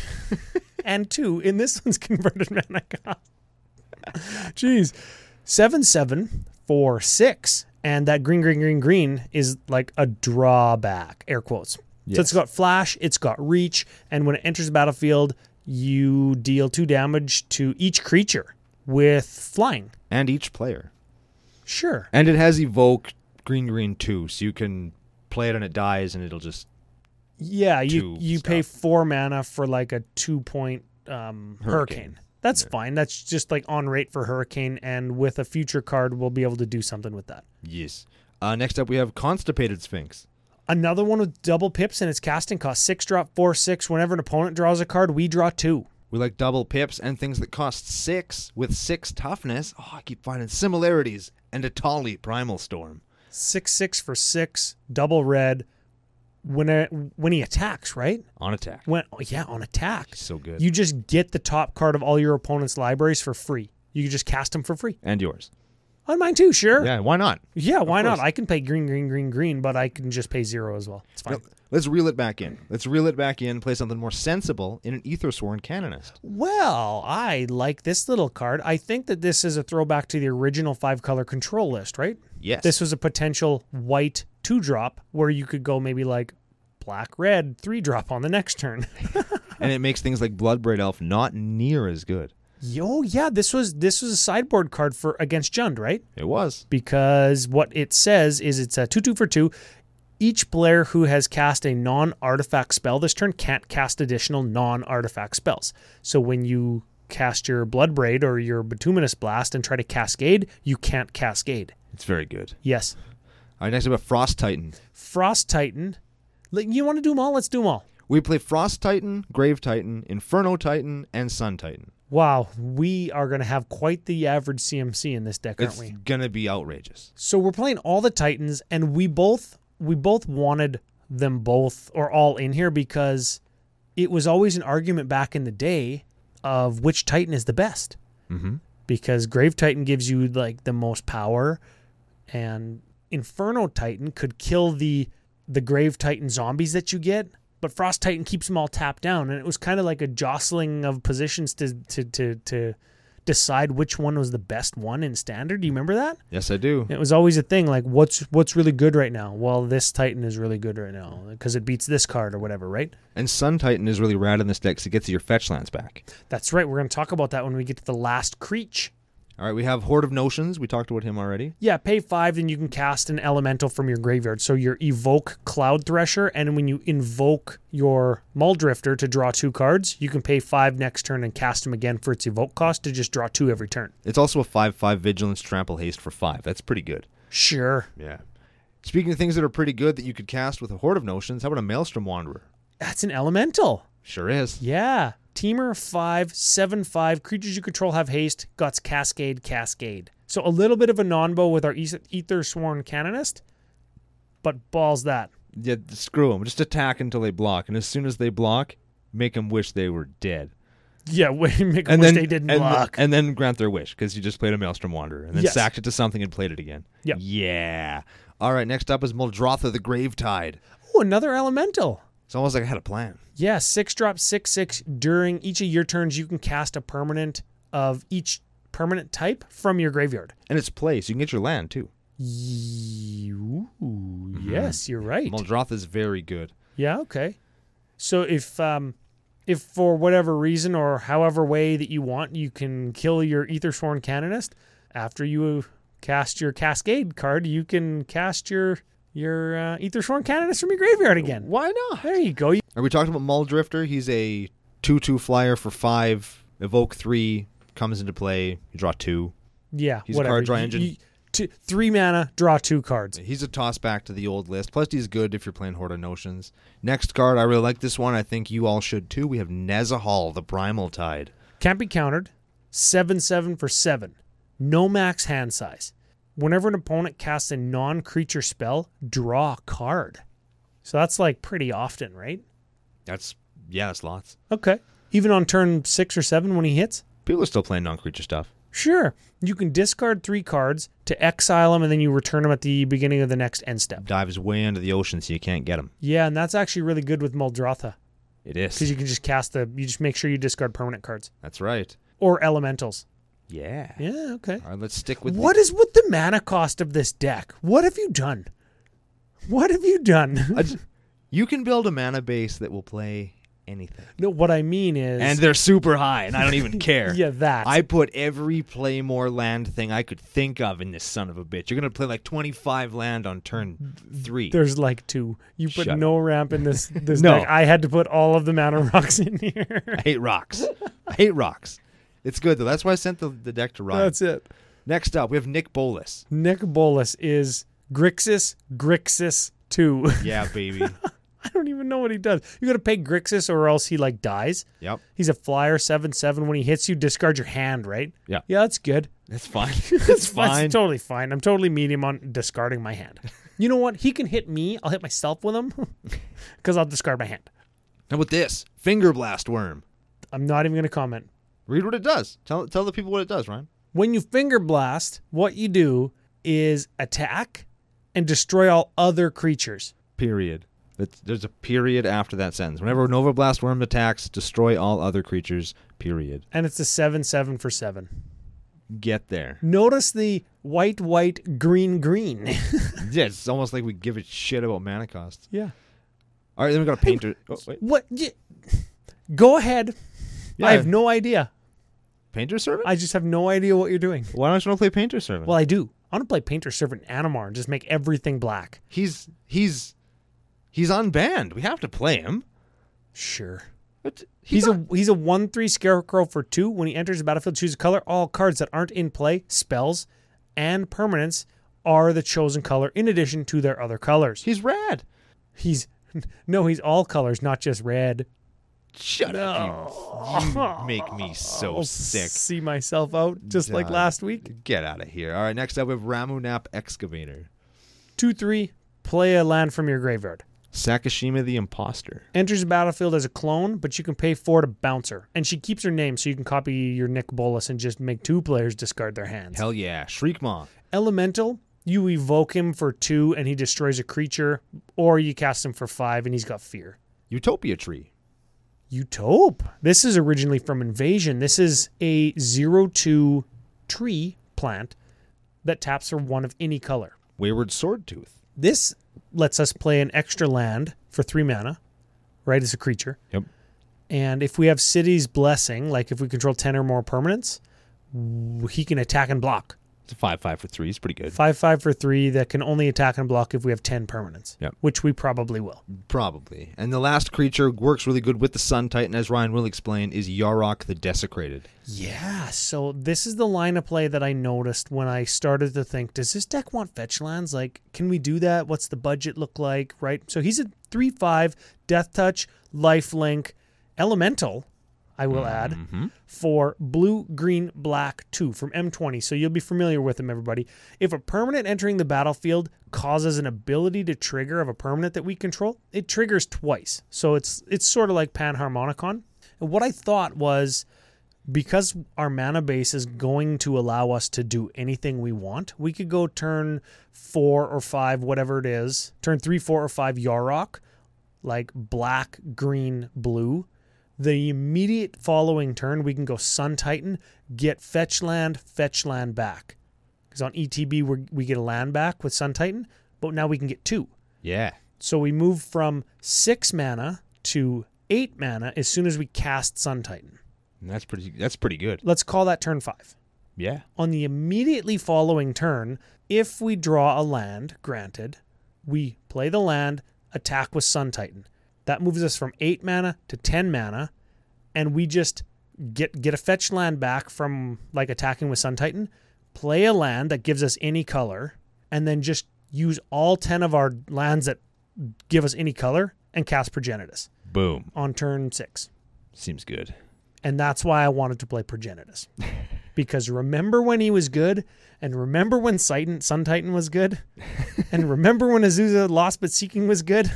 [SPEAKER 2] and two in this one's converted mana cost. Jeez. Seven, seven, four, six. And that green, green, green, green is like a drawback, air quotes. So it's got flash, it's got reach, and when it enters the battlefield, you deal two damage to each creature with flying.
[SPEAKER 3] and each player.
[SPEAKER 2] Sure.
[SPEAKER 3] And it has Evoke Green Green 2, so you can play it and it dies and it'll just
[SPEAKER 2] Yeah, you
[SPEAKER 3] two
[SPEAKER 2] you pay
[SPEAKER 3] stuff.
[SPEAKER 2] four mana for like a two point um, hurricane.
[SPEAKER 3] Hurricane.
[SPEAKER 2] That's fine. That's just like on rate for hurricane, and with a future card, we'll be able to do something with that.
[SPEAKER 3] Yes. Uh, next up, we have Constipated Sphinx.
[SPEAKER 2] Another one with double pips and its casting cost six drop four six. Whenever an opponent draws a card, we draw two.
[SPEAKER 3] We like double pips and things that cost six with six toughness. Oh, I keep finding similarities. And Atali Primal Storm.
[SPEAKER 2] Six six for six, double red. When a, when he attacks, right?
[SPEAKER 3] On attack.
[SPEAKER 2] When oh, yeah, on attack,
[SPEAKER 3] So good.
[SPEAKER 2] you just get the top card of all your opponent's libraries for free. You can just cast them for free
[SPEAKER 3] and yours.
[SPEAKER 2] on mine too. Sure.
[SPEAKER 3] Yeah, why not?
[SPEAKER 2] Yeah, why not?
[SPEAKER 3] course.
[SPEAKER 2] I can pay green, green, green, green, but I can just pay zero as well. It's fine.
[SPEAKER 3] Let's reel it back in. Let's reel it back in, play something more sensible in an Ether Sworn Canonist.
[SPEAKER 2] Well, I like this little card. I think that this is a throwback to the original five color control list, right?
[SPEAKER 3] Yes.
[SPEAKER 2] This was a potential white two drop where you could go maybe like black, red, three drop on the next turn.
[SPEAKER 3] and it makes things like Bloodbraid Elf not near as good.
[SPEAKER 2] Yo, yeah, this was this was a sideboard card for against Jund, right?
[SPEAKER 3] It was.
[SPEAKER 2] because what it says is it's a 2 2 for 2. Each player who has cast a non artifact spell this turn can't cast additional non artifact spells. So when you cast your Bloodbraid or your Bituminous Blast and try to cascade, you can't cascade.
[SPEAKER 3] It's very good.
[SPEAKER 2] Yes.
[SPEAKER 3] All right, next up, we have Frost Titan.
[SPEAKER 2] Frost Titan. Like, You want to do them all? Let's do them all.
[SPEAKER 3] We play Frost Titan, Grave Titan, Inferno Titan, and Sun Titan.
[SPEAKER 2] Wow, we are going to have quite the average CMC in this deck, aren't
[SPEAKER 3] It's
[SPEAKER 2] we?
[SPEAKER 3] gonna be outrageous.
[SPEAKER 2] So we're playing all the Titans, and we both we both wanted them both or all in here because it was always an argument back in the day of which Titan is the best.
[SPEAKER 3] Mhm.
[SPEAKER 2] Because Grave Titan gives you like the most power, and Inferno Titan could kill the the Grave Titan zombies that you get, but Frost Titan keeps them all tapped down, and it was kind of like a jostling of positions to to to to decide which one was the best one in standard. Do you remember that?
[SPEAKER 3] Yes, I do.
[SPEAKER 2] It was always a thing like what's what's really good right now. Well, this Titan is really good right now because it beats this card or whatever, right?
[SPEAKER 3] And Sun Titan is really rad in this deck 'cause it gets your fetch lands back.
[SPEAKER 2] That's right. We're going to talk about that when we get to the last creature.
[SPEAKER 3] All right, we have Horde of Notions. We talked about him already.
[SPEAKER 2] Yeah, pay 5 then you can cast an elemental from your graveyard. So your evoke cloud thresher and when you invoke your mull drifter to draw two cards, you can pay 5 next turn and cast them again for its evoke cost to just draw two every turn.
[SPEAKER 3] It's also a 5 5 Vigilance Trample Haste for 5. That's pretty good.
[SPEAKER 2] Sure.
[SPEAKER 3] Yeah. Speaking of things that are pretty good that you could cast with a Horde of Notions, how about a Maelstrom Wanderer?
[SPEAKER 2] That's an elemental.
[SPEAKER 3] Sure is.
[SPEAKER 2] Yeah. Teamer five, seven five, creatures you control have haste, guts cascade, cascade. So a little bit of a non-bow with our Eth- Ether Sworn Canonist, but balls that.
[SPEAKER 3] Yeah, screw them. Just attack until they block. And as soon as they block, make them wish they were dead.
[SPEAKER 2] Yeah, wait, make
[SPEAKER 3] and
[SPEAKER 2] wish
[SPEAKER 3] then
[SPEAKER 2] they didn't
[SPEAKER 3] and,
[SPEAKER 2] block.
[SPEAKER 3] and then grant their wish because you just played a Maelstrom Wanderer and then
[SPEAKER 2] Yes.
[SPEAKER 3] sacked it to something and played it again.
[SPEAKER 2] Yep.
[SPEAKER 3] Yeah. All right. Next up is Muldrotha the Gravetide.
[SPEAKER 2] oh, another elemental.
[SPEAKER 3] It's almost like I had a plan.
[SPEAKER 2] Yeah, six drop six six. During each of your turns, you can cast a permanent of each permanent type from your graveyard.
[SPEAKER 3] And it's place. You can get your land too.
[SPEAKER 2] You, Yes, you're right.
[SPEAKER 3] Muldrotha is very good.
[SPEAKER 2] Yeah, okay. So if um if for whatever reason or however way that you want, you can kill your Ether Sworn Canonist, after you cast your Cascade card, you can cast your your uh, Ether Sworn Canonist from your graveyard again.
[SPEAKER 3] Why not?
[SPEAKER 2] There you go. You-
[SPEAKER 3] Are we talking about Muldrifter? He's a two-two flyer for five. Evoke three comes into play. You draw two.
[SPEAKER 2] Yeah,
[SPEAKER 3] He's a
[SPEAKER 2] whatever.
[SPEAKER 3] card draw
[SPEAKER 2] You-
[SPEAKER 3] engine.
[SPEAKER 2] you- two, three mana, draw two cards.
[SPEAKER 3] He's a toss back to the old list. Plus, he's good if you're playing Horde of Notions. Next card, I really like this one. I think you all should too. We have Nezahal, the Primal Tide.
[SPEAKER 2] Can't be countered. 7 7 for 7. No max hand size. Whenever an opponent casts a non creature spell, draw a card. So that's like pretty often, right?
[SPEAKER 3] That's yeah, that's lots.
[SPEAKER 2] Okay. Even on turn 6 or 7 when he hits?
[SPEAKER 3] People are still playing non-creature stuff.
[SPEAKER 2] Sure. You can discard three cards to exile them and then you return them at the beginning of the next end step.
[SPEAKER 3] Dives way into the ocean, so you can't get him.
[SPEAKER 2] Yeah, and that's actually really good with Muldrotha
[SPEAKER 3] It
[SPEAKER 2] because
[SPEAKER 3] is.
[SPEAKER 2] you can just cast the, you just make sure you discard permanent cards
[SPEAKER 3] That's right.
[SPEAKER 2] or elementals.
[SPEAKER 3] Yeah.
[SPEAKER 2] Yeah, okay.
[SPEAKER 3] All right, let's stick with
[SPEAKER 2] What is with the mana cost of this deck? What have you done? What have you done?
[SPEAKER 3] I j- you can build a mana base that will play anything,
[SPEAKER 2] no, what I mean is,
[SPEAKER 3] and they're super high, and I don't even care.
[SPEAKER 2] yeah, that.
[SPEAKER 3] I put every play more land thing I could think of in this son of a bitch. You're gonna play like 25 land on turn
[SPEAKER 2] Mm,
[SPEAKER 3] three.
[SPEAKER 2] There's like two. You put
[SPEAKER 3] Shut
[SPEAKER 2] no ramp in this this
[SPEAKER 3] No.
[SPEAKER 2] deck. I had to put all of the mana rocks in here.
[SPEAKER 3] I hate rocks. I hate rocks. It's good though. That's why I sent the, the deck to Ryan.
[SPEAKER 2] That's it.
[SPEAKER 3] Next up, we have Nick Bolas.
[SPEAKER 2] Nick Bolas is Grixis Grixis two.
[SPEAKER 3] Yeah, baby.
[SPEAKER 2] I don't even know what he does. You gotta pay Grixis or else he like dies.
[SPEAKER 3] yep.
[SPEAKER 2] He's a flyer seven seven. When he hits you, discard your hand, right?
[SPEAKER 3] Yeah.
[SPEAKER 2] Yeah, that's good.
[SPEAKER 3] That's fine. It's fine.
[SPEAKER 2] That's totally fine. I'm totally medium on discarding my hand. You know what? He can hit me. I'll hit myself with him because I'll discard my hand.
[SPEAKER 3] How about this? Finger blast worm.
[SPEAKER 2] I'm not even going to comment.
[SPEAKER 3] Read what it does. Tell tell the people what it does, Ryan.
[SPEAKER 2] When you finger blast, what you do is attack and destroy all other creatures.
[SPEAKER 3] Period. That's- There's a period after that sentence. Whenever Nova Blast Worm attacks, destroy all other creatures. Period.
[SPEAKER 2] And it's a 7 7 for 7.
[SPEAKER 3] Get there.
[SPEAKER 2] Notice the white, white, green, green.
[SPEAKER 3] yeah, it's almost like we give a shit about mana cost.
[SPEAKER 2] yeah.
[SPEAKER 3] All right, then we got a painter. Oh, wait.
[SPEAKER 2] What? y Go ahead.
[SPEAKER 3] Yeah.
[SPEAKER 2] I have no idea.
[SPEAKER 3] Painter servant.
[SPEAKER 2] I just have no idea what you're doing.
[SPEAKER 3] Why don't you want to play painter servant?
[SPEAKER 2] Well, I do. I want to play Painter Servant Animar and just make everything black.
[SPEAKER 3] he's he's he's unbanned. We have to play him.
[SPEAKER 2] Sure.
[SPEAKER 3] But
[SPEAKER 2] He's,
[SPEAKER 3] he's, on-
[SPEAKER 2] a he's a one three scarecrow for two. When he enters the battlefield, choose a color. All cards that aren't in play, spells, and permanents are the chosen color in addition to their other colors.
[SPEAKER 3] he's rad.
[SPEAKER 2] He's no, he's all colors, not just red.
[SPEAKER 3] Shut up. You, you make me so Oh, sick.
[SPEAKER 2] See myself out just like
[SPEAKER 3] God.
[SPEAKER 2] last week.
[SPEAKER 3] Get out of here. All right, next up we have Ramunap Excavator.
[SPEAKER 2] Two three, play a land from your graveyard.
[SPEAKER 3] Sakashima the Imposter.
[SPEAKER 2] Enters the battlefield as a clone, but you can pay four to bounce her. And she keeps her name, so you can copy your Nick Bolas and just make two players discard their hands.
[SPEAKER 3] Hell yeah. Shriek Maw.
[SPEAKER 2] elemental you evoke him for two and he destroys a creature or you cast him for five and he's got fear
[SPEAKER 3] Utopia Tree.
[SPEAKER 2] utope this is originally from invasion this is a zero two tree plant that taps for one of any color
[SPEAKER 3] Wayward Swordtooth.
[SPEAKER 2] this lets us play an extra land for three mana right as a creature
[SPEAKER 3] Yep.
[SPEAKER 2] and if we have city's blessing like if we control 10 or more permanents w- he can attack and block
[SPEAKER 3] It's a 5 5 for 3. It's pretty good.
[SPEAKER 2] five five for three that can only attack and block if we have ten permanents.
[SPEAKER 3] Yep.
[SPEAKER 2] Which we probably will.
[SPEAKER 3] Probably. And the last creature works really good with the Sun Titan, as Ryan will explain, is Yarok the Desecrated.
[SPEAKER 2] Yeah. So this is the line of play that I noticed when I started to think, does this deck want fetch lands? Like, can we do that? What's the budget look like? Right. So he's a three five death touch, life link, elemental. I will add for blue, green, black, two from M20. So you'll be familiar with them, everybody. If a permanent entering the battlefield causes an ability to trigger of a permanent that we control, it triggers twice. So it's it's sort of like Panharmonicon. And what I thought was because our mana base is going to allow us to do anything we want, we could go turn four or five, whatever it is, turn three, four, or five Yarok, like black, green, blue. The immediate following turn, we can go Sun Titan, get fetch land, fetch land back. Because on ETB, we're, we get a land back with Sun Titan, but now we can get two.
[SPEAKER 3] Yeah.
[SPEAKER 2] So we move from six mana to eight mana as soon as we cast Sun Titan.
[SPEAKER 3] And that's pretty that's pretty good.
[SPEAKER 2] Let's call that turn five.
[SPEAKER 3] Yeah.
[SPEAKER 2] On the immediately following turn, if we draw a land, granted, we play the land, attack with Sun Titan. That moves us from 8 mana to 10 mana, and we just get get a fetch land back from like attacking with Sun Titan, play a land that gives us any color, and then just use all 10 of our lands that give us any color and cast Progenitus
[SPEAKER 3] Boom.
[SPEAKER 2] on turn six.
[SPEAKER 3] Seems good.
[SPEAKER 2] And that's why I wanted to play Progenitus. because remember when he was good, and remember when Titan, Sun Titan was good, and remember when Azusa Lost But Seeking was good?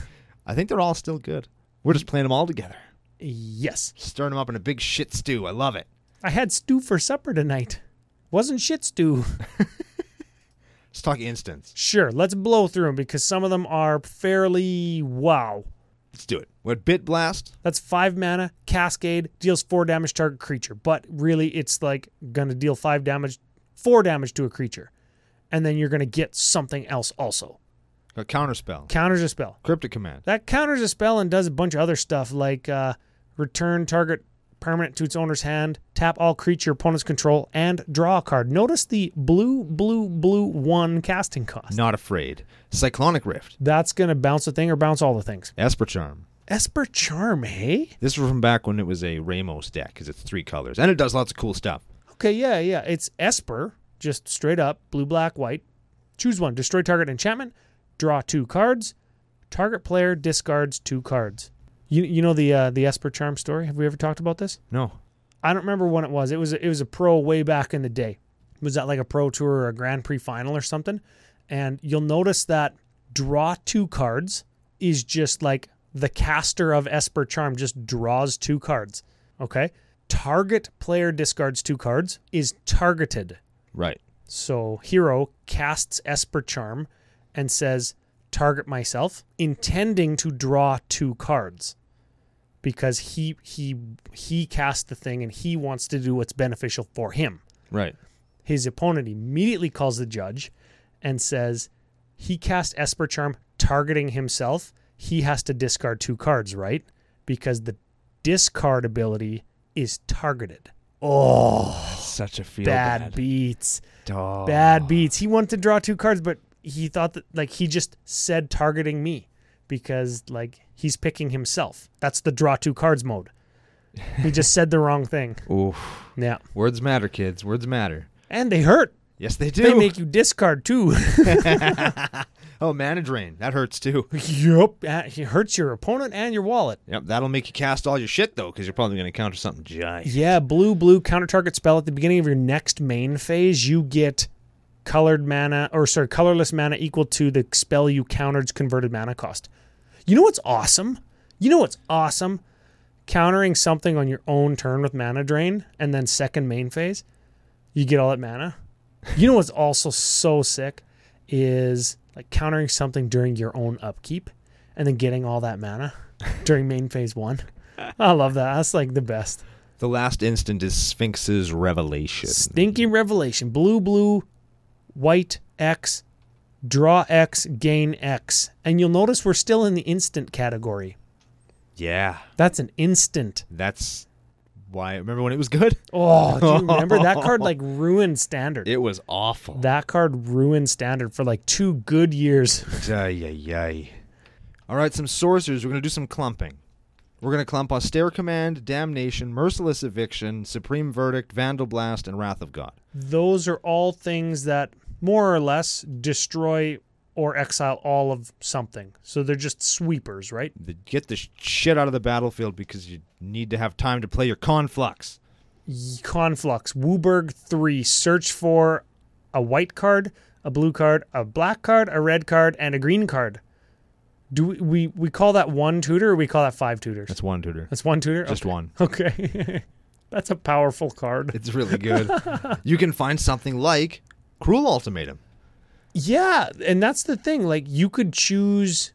[SPEAKER 3] I think they're all still good. We're just playing them all together.
[SPEAKER 2] Yes.
[SPEAKER 3] Stirring them up in a big shit stew. I love it.
[SPEAKER 2] I had stew for supper tonight. Wasn't shit stew.
[SPEAKER 3] Let's talk instance.
[SPEAKER 2] Sure, let's blow through them because some of them are fairly wow.
[SPEAKER 3] Let's do it. We had Bit Blast.
[SPEAKER 2] That's five mana, cascade, deals four damage to target creature. But really, it's like gonna deal five damage, four damage to a creature. And then you're gonna get something else also.
[SPEAKER 3] Got Counterspell.
[SPEAKER 2] Counters a spell.
[SPEAKER 3] Cryptic Command.
[SPEAKER 2] That counters a spell and does a bunch of other stuff like uh, return target permanent to its owner's hand, tap all creature opponent's control, and draw a card. Notice the blue, blue, blue one casting cost.
[SPEAKER 3] Not Afraid. Cyclonic Rift.
[SPEAKER 2] That's gonna bounce a thing or bounce all the things.
[SPEAKER 3] Esper Charm.
[SPEAKER 2] Esper Charm, hey?
[SPEAKER 3] This was from back when it was a Ramos deck because it's three colors and it does lots of cool stuff.
[SPEAKER 2] Okay, yeah, yeah. It's Esper, just straight up blue, black, white. Choose one. Destroy target enchantment. Draw two cards. Target player discards two cards. You you know the uh, the Esper charm story? Have we ever talked about this?
[SPEAKER 3] No.
[SPEAKER 2] I don't remember when it was. It was it was a pro way back in the day. Was that like a pro tour or a Grand Prix final or something? And you'll notice that draw two cards is just like the caster of Esper Charm just draws two cards. Okay. Target player discards two cards is targeted.
[SPEAKER 3] Right.
[SPEAKER 2] So Hero casts Esper Charm and says, target myself, intending to draw two cards. Because he he he cast the thing and he wants to do what's beneficial for him.
[SPEAKER 3] Right.
[SPEAKER 2] His opponent immediately calls the judge and says he cast Esper Charm targeting himself. He has to discard two cards, right? Because the discard ability is targeted. Oh,
[SPEAKER 3] Such a feel
[SPEAKER 2] bad,
[SPEAKER 3] bad.
[SPEAKER 2] beats
[SPEAKER 3] Dog.
[SPEAKER 2] bad beats. He wanted to draw two cards, but he thought that like he just said targeting me because like he's picking himself. That's the draw two cards mode. He just said the wrong thing.
[SPEAKER 3] Oof.
[SPEAKER 2] Yeah.
[SPEAKER 3] Words matter, kids. Words matter.
[SPEAKER 2] And they hurt.
[SPEAKER 3] Yes, they do.
[SPEAKER 2] They make you discard too.
[SPEAKER 3] oh, Mana Drain. That hurts too.
[SPEAKER 2] yep. Uh, It hurts your opponent and your wallet.
[SPEAKER 3] Yep, that'll make you cast all your shit though, because you're probably going to counter something giant.
[SPEAKER 2] Yeah, blue, blue counter target spell at the beginning of your next main phase, you get colored mana, or sorry, colorless mana equal to the spell you countered's converted mana cost. You know what's awesome? You know what's awesome? Countering something on your own turn with mana drain, and then second main phase, you get all that mana. You know what's also so sick is like countering something during your own upkeep, and then getting all that mana during main phase one. I love that. That's like the best.
[SPEAKER 3] The last instant is Sphinx's revelation.
[SPEAKER 2] Stinky revelation. Blue, blue, white, X, draw X, gain X. And you'll notice we're still in the instant category.
[SPEAKER 3] yeah,
[SPEAKER 2] That's an instant.
[SPEAKER 3] that's why. Remember when it was good?
[SPEAKER 2] Oh, do you remember that card like ruined standard?
[SPEAKER 3] It was awful.
[SPEAKER 2] that card ruined standard for like two good years.
[SPEAKER 3] Ay, ay, ay. All right, some sorcerers. We're going to do some clumping. We're going to clump Austere Command, Damnation, Merciless Eviction, Supreme Verdict, Vandal Blast, and Wrath of God.
[SPEAKER 2] Those are all things that more or less destroy or exile all of something. So they're just sweepers, right?
[SPEAKER 3] The, get the sh- shit out of the battlefield because you need to have time to play your Conflux.
[SPEAKER 2] Conflux, Wooburg 3, search for a white card, a blue card, a black card, a red card, and a green card. Do we, we, we call that one tutor or we call that five tutors?
[SPEAKER 3] That's one tutor.
[SPEAKER 2] That's one tutor?
[SPEAKER 3] Just one.
[SPEAKER 2] okay. okay. That's a powerful card.
[SPEAKER 3] It's really good. you can find something like Cruel Ultimatum.
[SPEAKER 2] Yeah, and that's the thing. Like you could choose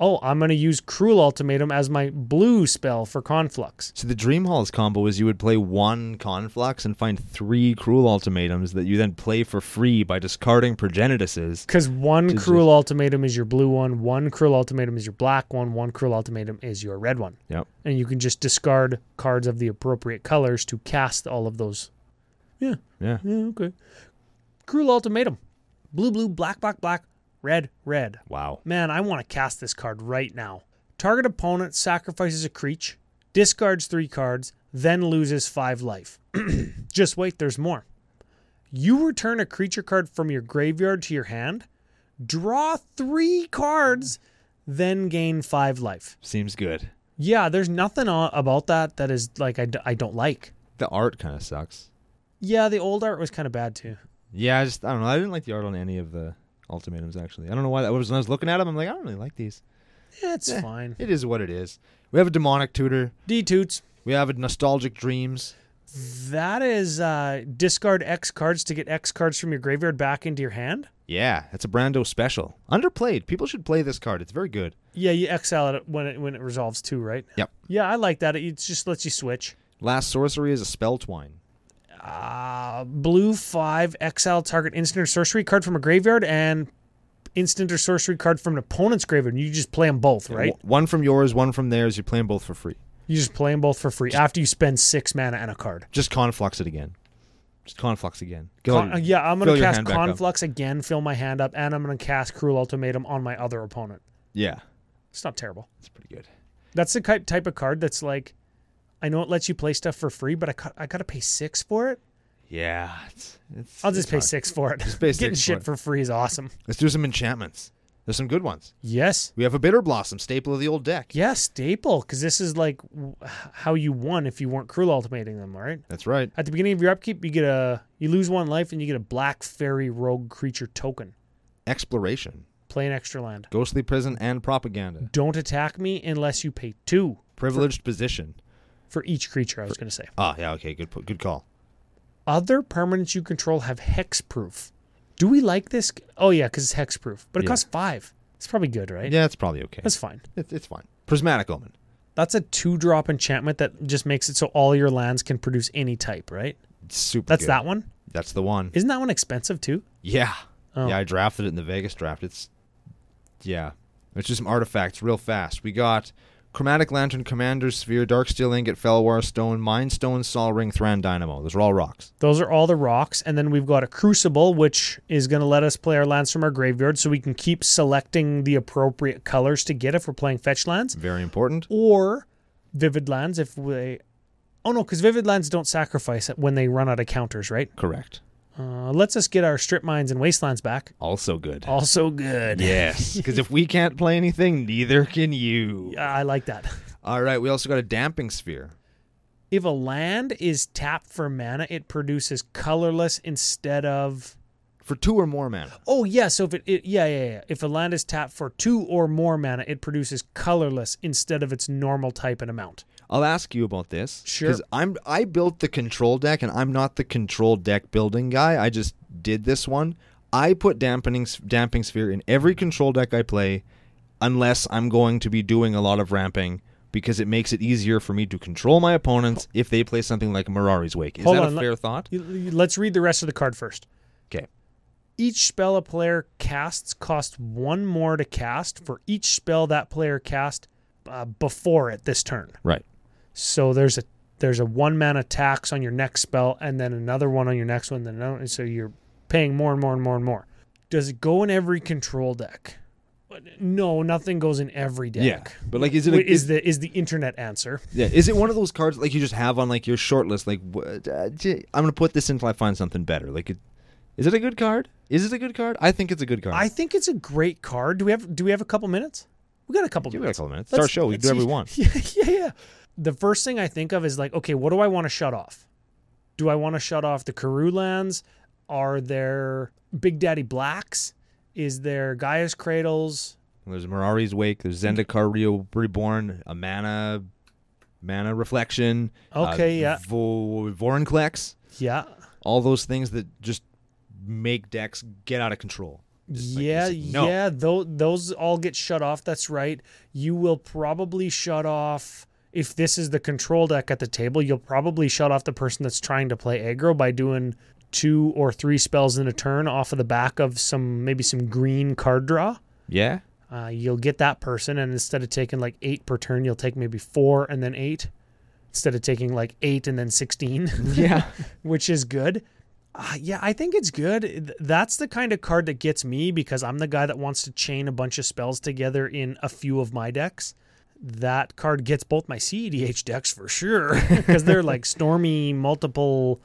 [SPEAKER 2] Oh, I'm gonna use Cruel Ultimatum as my blue spell for Conflux.
[SPEAKER 3] So the Dream Halls combo is you would play one Conflux and find three Cruel Ultimatums that you then play for free by discarding Progenituses.
[SPEAKER 2] Because one
[SPEAKER 3] Did
[SPEAKER 2] cruel ultimatum is your blue one, one cruel ultimatum is your black one, one cruel ultimatum is your red one.
[SPEAKER 3] Yep.
[SPEAKER 2] And you can just discard cards of the appropriate colors to cast all of those. Yeah,
[SPEAKER 3] Yeah.
[SPEAKER 2] yeah, okay. Cruel ultimatum. Blue, blue, black, black, black, red, red.
[SPEAKER 3] Wow.
[SPEAKER 2] Man, I want to cast this card right now. Target opponent sacrifices a creature, discards three cards, then loses five life. Just wait, there's more. You return a creature card from your graveyard to your hand, draw three cards, then gain five life.
[SPEAKER 3] Seems good.
[SPEAKER 2] Yeah, there's nothing o- about that that is like I, d- I don't like.
[SPEAKER 3] The art kind of sucks.
[SPEAKER 2] Yeah, the old art was kind of bad too.
[SPEAKER 3] Yeah, I just I don't know. I didn't like the art on any of the ultimatums actually. I don't know why that was. When I was looking at them, I'm like, I don't really like these.
[SPEAKER 2] Yeah, it's
[SPEAKER 3] Eh.
[SPEAKER 2] fine.
[SPEAKER 3] It is what it is. We have a demonic tutor.
[SPEAKER 2] D toots.
[SPEAKER 3] We have a nostalgic dreams.
[SPEAKER 2] That is uh, discard X cards to get X cards from your graveyard back into your hand.
[SPEAKER 3] Yeah, it's a Brando special. Underplayed. People should play this card. It's very good.
[SPEAKER 2] Yeah, you exile it when it when it resolves too, right?
[SPEAKER 3] Yep.
[SPEAKER 2] Yeah, I like that. It it just lets you switch.
[SPEAKER 3] Last sorcery is a spell twine.
[SPEAKER 2] Uh, blue five exile target instant or sorcery card from a graveyard and instant or sorcery card from an opponent's graveyard. You just play them both, right?
[SPEAKER 3] W- One from yours, one from theirs. You're playing both for free.
[SPEAKER 2] You just play them both for free after you spend six mana and a card.
[SPEAKER 3] Just conflux it again. Just conflux again. Go
[SPEAKER 2] Con- uh, yeah, I'm gonna
[SPEAKER 3] fill your
[SPEAKER 2] cast
[SPEAKER 3] hand back up.
[SPEAKER 2] Conflux again, fill my hand up, and I'm gonna cast Cruel Ultimatum on my other opponent.
[SPEAKER 3] Yeah,
[SPEAKER 2] It's not terrible.
[SPEAKER 3] it's pretty good.
[SPEAKER 2] That's the ki- type of card that's like, I know it lets you play stuff for free, but I, ca- I gotta pay six for it.
[SPEAKER 3] Yeah, it's. it's
[SPEAKER 2] I'll just
[SPEAKER 3] it's
[SPEAKER 2] pay
[SPEAKER 3] hard.
[SPEAKER 2] six for it.
[SPEAKER 3] pay
[SPEAKER 2] Getting
[SPEAKER 3] six for
[SPEAKER 2] shit
[SPEAKER 3] it.
[SPEAKER 2] for free is awesome.
[SPEAKER 3] Let's do some enchantments. There's some good ones.
[SPEAKER 2] Yes.
[SPEAKER 3] We have a bitter blossom staple of the old deck.
[SPEAKER 2] Yeah, staple, because this is like w- how you won if you weren't cruel ultimating them, right?
[SPEAKER 3] That's right.
[SPEAKER 2] At the beginning of your upkeep, you get a you lose one life and you get a black fairy rogue creature token.
[SPEAKER 3] Exploration,
[SPEAKER 2] Play an extra land.
[SPEAKER 3] ghostly prison, and propaganda.
[SPEAKER 2] Don't attack me unless you pay two
[SPEAKER 3] Privileged position.
[SPEAKER 2] for each creature. I was going to say.
[SPEAKER 3] Ah, yeah. Okay. Good. po- Good call.
[SPEAKER 2] Other permanents you control have hexproof. Do we like this? Oh yeah, because it's hexproof, but it
[SPEAKER 3] Yeah.
[SPEAKER 2] costs five. It's probably good, right?
[SPEAKER 3] Yeah, it's probably okay.
[SPEAKER 2] that's fine.
[SPEAKER 3] It's, it's fine. Prismatic omen.
[SPEAKER 2] That's a two-drop enchantment that just makes it so all your lands can produce any type, right?
[SPEAKER 3] It's super.
[SPEAKER 2] That's
[SPEAKER 3] good.
[SPEAKER 2] that one.
[SPEAKER 3] That's the one.
[SPEAKER 2] Isn't that one expensive too?
[SPEAKER 3] Yeah.
[SPEAKER 2] Oh.
[SPEAKER 3] Yeah, I drafted it in the Vegas draft. It's yeah. Let's do some artifacts real fast. We got Chromatic Lantern, Commander Sphere, Darksteel Ingot, Felwar Stone, Mind Stone, Sol Ring, Thran Dynamo. Those are all rocks.
[SPEAKER 2] Those are all the rocks. And then we've got a crucible, which is going to let us play our lands from our graveyard so we can keep selecting the appropriate colors to get if we're playing fetch lands
[SPEAKER 3] Very important.
[SPEAKER 2] or vivid lands if we. Oh no, because vivid lands don't sacrifice it when they run out of counters, right?
[SPEAKER 3] Correct.
[SPEAKER 2] Uh, lets us get our strip mines and wastelands back.
[SPEAKER 3] Also good.
[SPEAKER 2] Also good.
[SPEAKER 3] Yes. Because if we can't play anything, neither can you.
[SPEAKER 2] Yeah, I like that.
[SPEAKER 3] All right. We also got a Damping Sphere.
[SPEAKER 2] If a land is tapped for mana, it produces colorless instead of
[SPEAKER 3] For two or more mana.
[SPEAKER 2] Oh yeah, so if it, it yeah yeah yeah, if a land is tapped for two or more mana, it produces colorless instead of its normal type and amount.
[SPEAKER 3] I'll ask you about this.
[SPEAKER 2] Sure.
[SPEAKER 3] Because I'm I built the control deck, and I'm not the control deck building guy. I just did this one. I put dampening s- damping sphere in every control deck I play, unless I'm going to be doing a lot of ramping, because it makes it easier for me to control my opponents if they play something like Mirari's Wake. Is
[SPEAKER 2] Hold
[SPEAKER 3] that
[SPEAKER 2] on,
[SPEAKER 3] a
[SPEAKER 2] let-
[SPEAKER 3] fair thought?
[SPEAKER 2] You- you- Let's read the rest of the card first.
[SPEAKER 3] Okay.
[SPEAKER 2] Each spell a player casts costs one more to cast for each spell that player cast uh, before it this turn.
[SPEAKER 3] Right.
[SPEAKER 2] So there's a there's a one mana tax on your next spell, and then another one on your next one, then another, and so you're paying more and more and more and more. Does it go in every control deck? Uh, No, nothing goes in every deck.
[SPEAKER 3] Yeah. But like, is it a,
[SPEAKER 2] Wait, is
[SPEAKER 3] is,
[SPEAKER 2] the is the internet answer?
[SPEAKER 3] yeah, is it one of those cards like you just have on like your short list? Like, wh- uh, j- I'm gonna put this until I find something better. Like, it, is it a good card? Is it a good card? I think it's a good card.
[SPEAKER 2] I think it's a great card. Do we have do we have a couple minutes? We got a couple
[SPEAKER 3] Give it a
[SPEAKER 2] minutes.
[SPEAKER 3] couple minutes. It's
[SPEAKER 2] Let's-
[SPEAKER 3] our show. We can do
[SPEAKER 2] let's
[SPEAKER 3] whatever we
[SPEAKER 2] see.
[SPEAKER 3] want.
[SPEAKER 2] Yeah, yeah, yeah. The first thing I think of is like, okay, what do I want to shut off? Do I want to shut off the Karoo lands? Are there Big Daddy Blacks? Is there Gaia's Cradles?
[SPEAKER 3] There's Mirari's Wake. There's
[SPEAKER 2] Mm.
[SPEAKER 3] Zendikar Rio Reborn. A mana, mana reflection. uh,
[SPEAKER 2] Okay, yeah.
[SPEAKER 3] Vo- Vorinclex.
[SPEAKER 2] Yeah.
[SPEAKER 3] All those things that just make decks get out of control. Just like,
[SPEAKER 2] yeah,
[SPEAKER 3] just like, no.
[SPEAKER 2] yeah. Those, those all get shut off. That's right. You will probably shut off, if this is the control deck at the table, you'll probably shut off the person that's trying to play aggro by doing two or three spells in a turn off of the back of some, maybe some green card draw.
[SPEAKER 3] Yeah.
[SPEAKER 2] Uh, you'll get that person, and instead of taking like eight per turn, you'll take maybe four and then eight, instead of taking like eight and then 16.
[SPEAKER 3] Yeah.
[SPEAKER 2] which is good. Uh, yeah, I think it's good. Th- That's the kind of card that gets me because I'm the guy that wants to chain a bunch of spells together in a few of my decks. That card E gets both my CEDH decks for sure because they're like stormy, multiple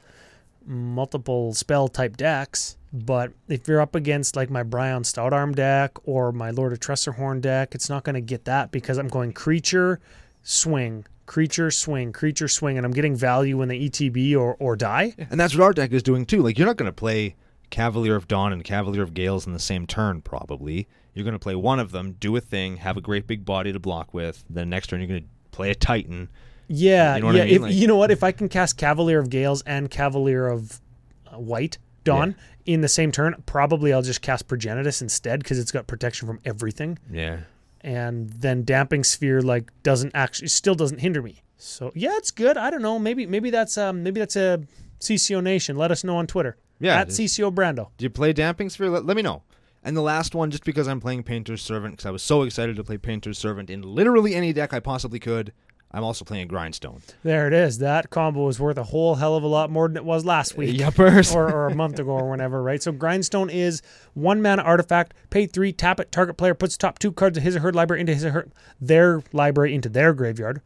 [SPEAKER 2] multiple spell type decks. But if you're up against like my Bryon Stoutarm deck or my Lord of Tressorhorn deck, it's not going to get that because I'm going creature, swing, creature, swing, creature, swing, and I'm getting value when they ETB or, or die.
[SPEAKER 3] And that's what our deck is doing too. Like you're not going to play Cavalier of Dawn and Cavalier of Gales in the same turn, probably. You're going to play one of them, do a thing, have a great big body to block with. Then next turn you're going to play a Titan.
[SPEAKER 2] Yeah,
[SPEAKER 3] You know what I
[SPEAKER 2] yeah.
[SPEAKER 3] mean?
[SPEAKER 2] If,
[SPEAKER 3] Like-
[SPEAKER 2] you know what? If I can cast Cavalier of Gales and Cavalier of uh, White Dawn in the same turn, probably I'll just cast Progenitus instead because it's got protection from everything,
[SPEAKER 3] Yeah.
[SPEAKER 2] and then Damping Sphere like doesn't actually still doesn't hinder me. So yeah, it's good. I don't know. Maybe maybe that's um maybe that's a CCO Nation. Let us know on Twitter.
[SPEAKER 3] Yeah,
[SPEAKER 2] at
[SPEAKER 3] it is.
[SPEAKER 2] CCO Brando.
[SPEAKER 3] Do you play Damping Sphere? Let, let me know. And the last one, just because I'm playing Painter's Servant, because I was so excited to play Painter's Servant in literally any deck I possibly could, I'm also playing Grindstone.
[SPEAKER 2] There it is. That combo is worth a whole hell of a lot more than it was last week.
[SPEAKER 3] Yuppers.
[SPEAKER 2] or, or a month ago or whenever, right? So Grindstone is one mana artifact, pay three, tap it, target player puts top two cards of his or her library into his or her their library into their graveyard.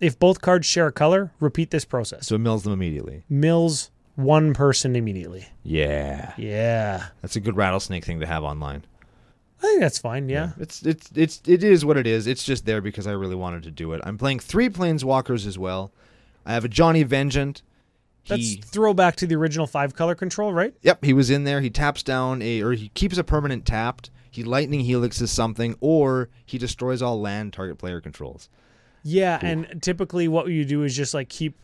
[SPEAKER 2] If both cards share a color, repeat this process.
[SPEAKER 3] so it mills them immediately.
[SPEAKER 2] Mills one person immediately.
[SPEAKER 3] Yeah.
[SPEAKER 2] Yeah.
[SPEAKER 3] That's a good rattlesnake thing to have online.
[SPEAKER 2] I think that's fine, yeah.
[SPEAKER 3] It's it's it's it is what it is. It's just there because I really wanted to do it. I'm playing three planeswalkers as well. I have a Johnny Vengeant.
[SPEAKER 2] That's
[SPEAKER 3] He,
[SPEAKER 2] throwback to the original five color control, right?
[SPEAKER 3] yep, he was in there. He taps down a or he keeps a permanent tapped. He lightning helixes something, or he destroys all land target player controls.
[SPEAKER 2] Yeah, and typically what you do is just like keep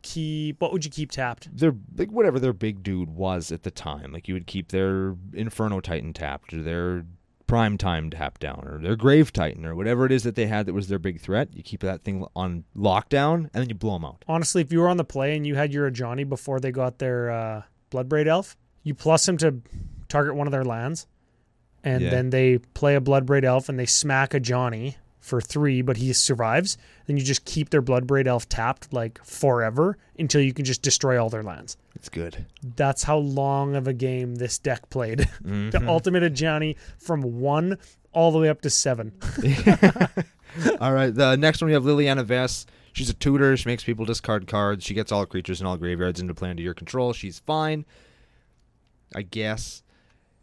[SPEAKER 2] keep what would you keep tapped?
[SPEAKER 3] Their like whatever their big dude was at the time. Like you would keep their Inferno Titan tapped, or their Prime Time tapped down, or their Grave Titan, or whatever it is that they had that was their big threat. You keep that thing on lockdown, and then you blow them out.
[SPEAKER 2] honestly, if you were on the play and you had your Johnny before they got their uh, Bloodbraid Elf, you plus him to target one of their lands, and
[SPEAKER 3] Yeah.
[SPEAKER 2] then they play a Bloodbraid Elf and they smack a Johnny for three, but he survives. Then you just keep their Bloodbraid Elf tapped like forever until you can just destroy all their lands.
[SPEAKER 3] It's good.
[SPEAKER 2] That's how long of a game this deck played. the ultimate of Johnny from one all the way up to seven.
[SPEAKER 3] all right. The next one we have Liliana Vess. She's a tutor. She makes people discard cards. She gets all creatures and all graveyards into play under your control. She's fine, I guess.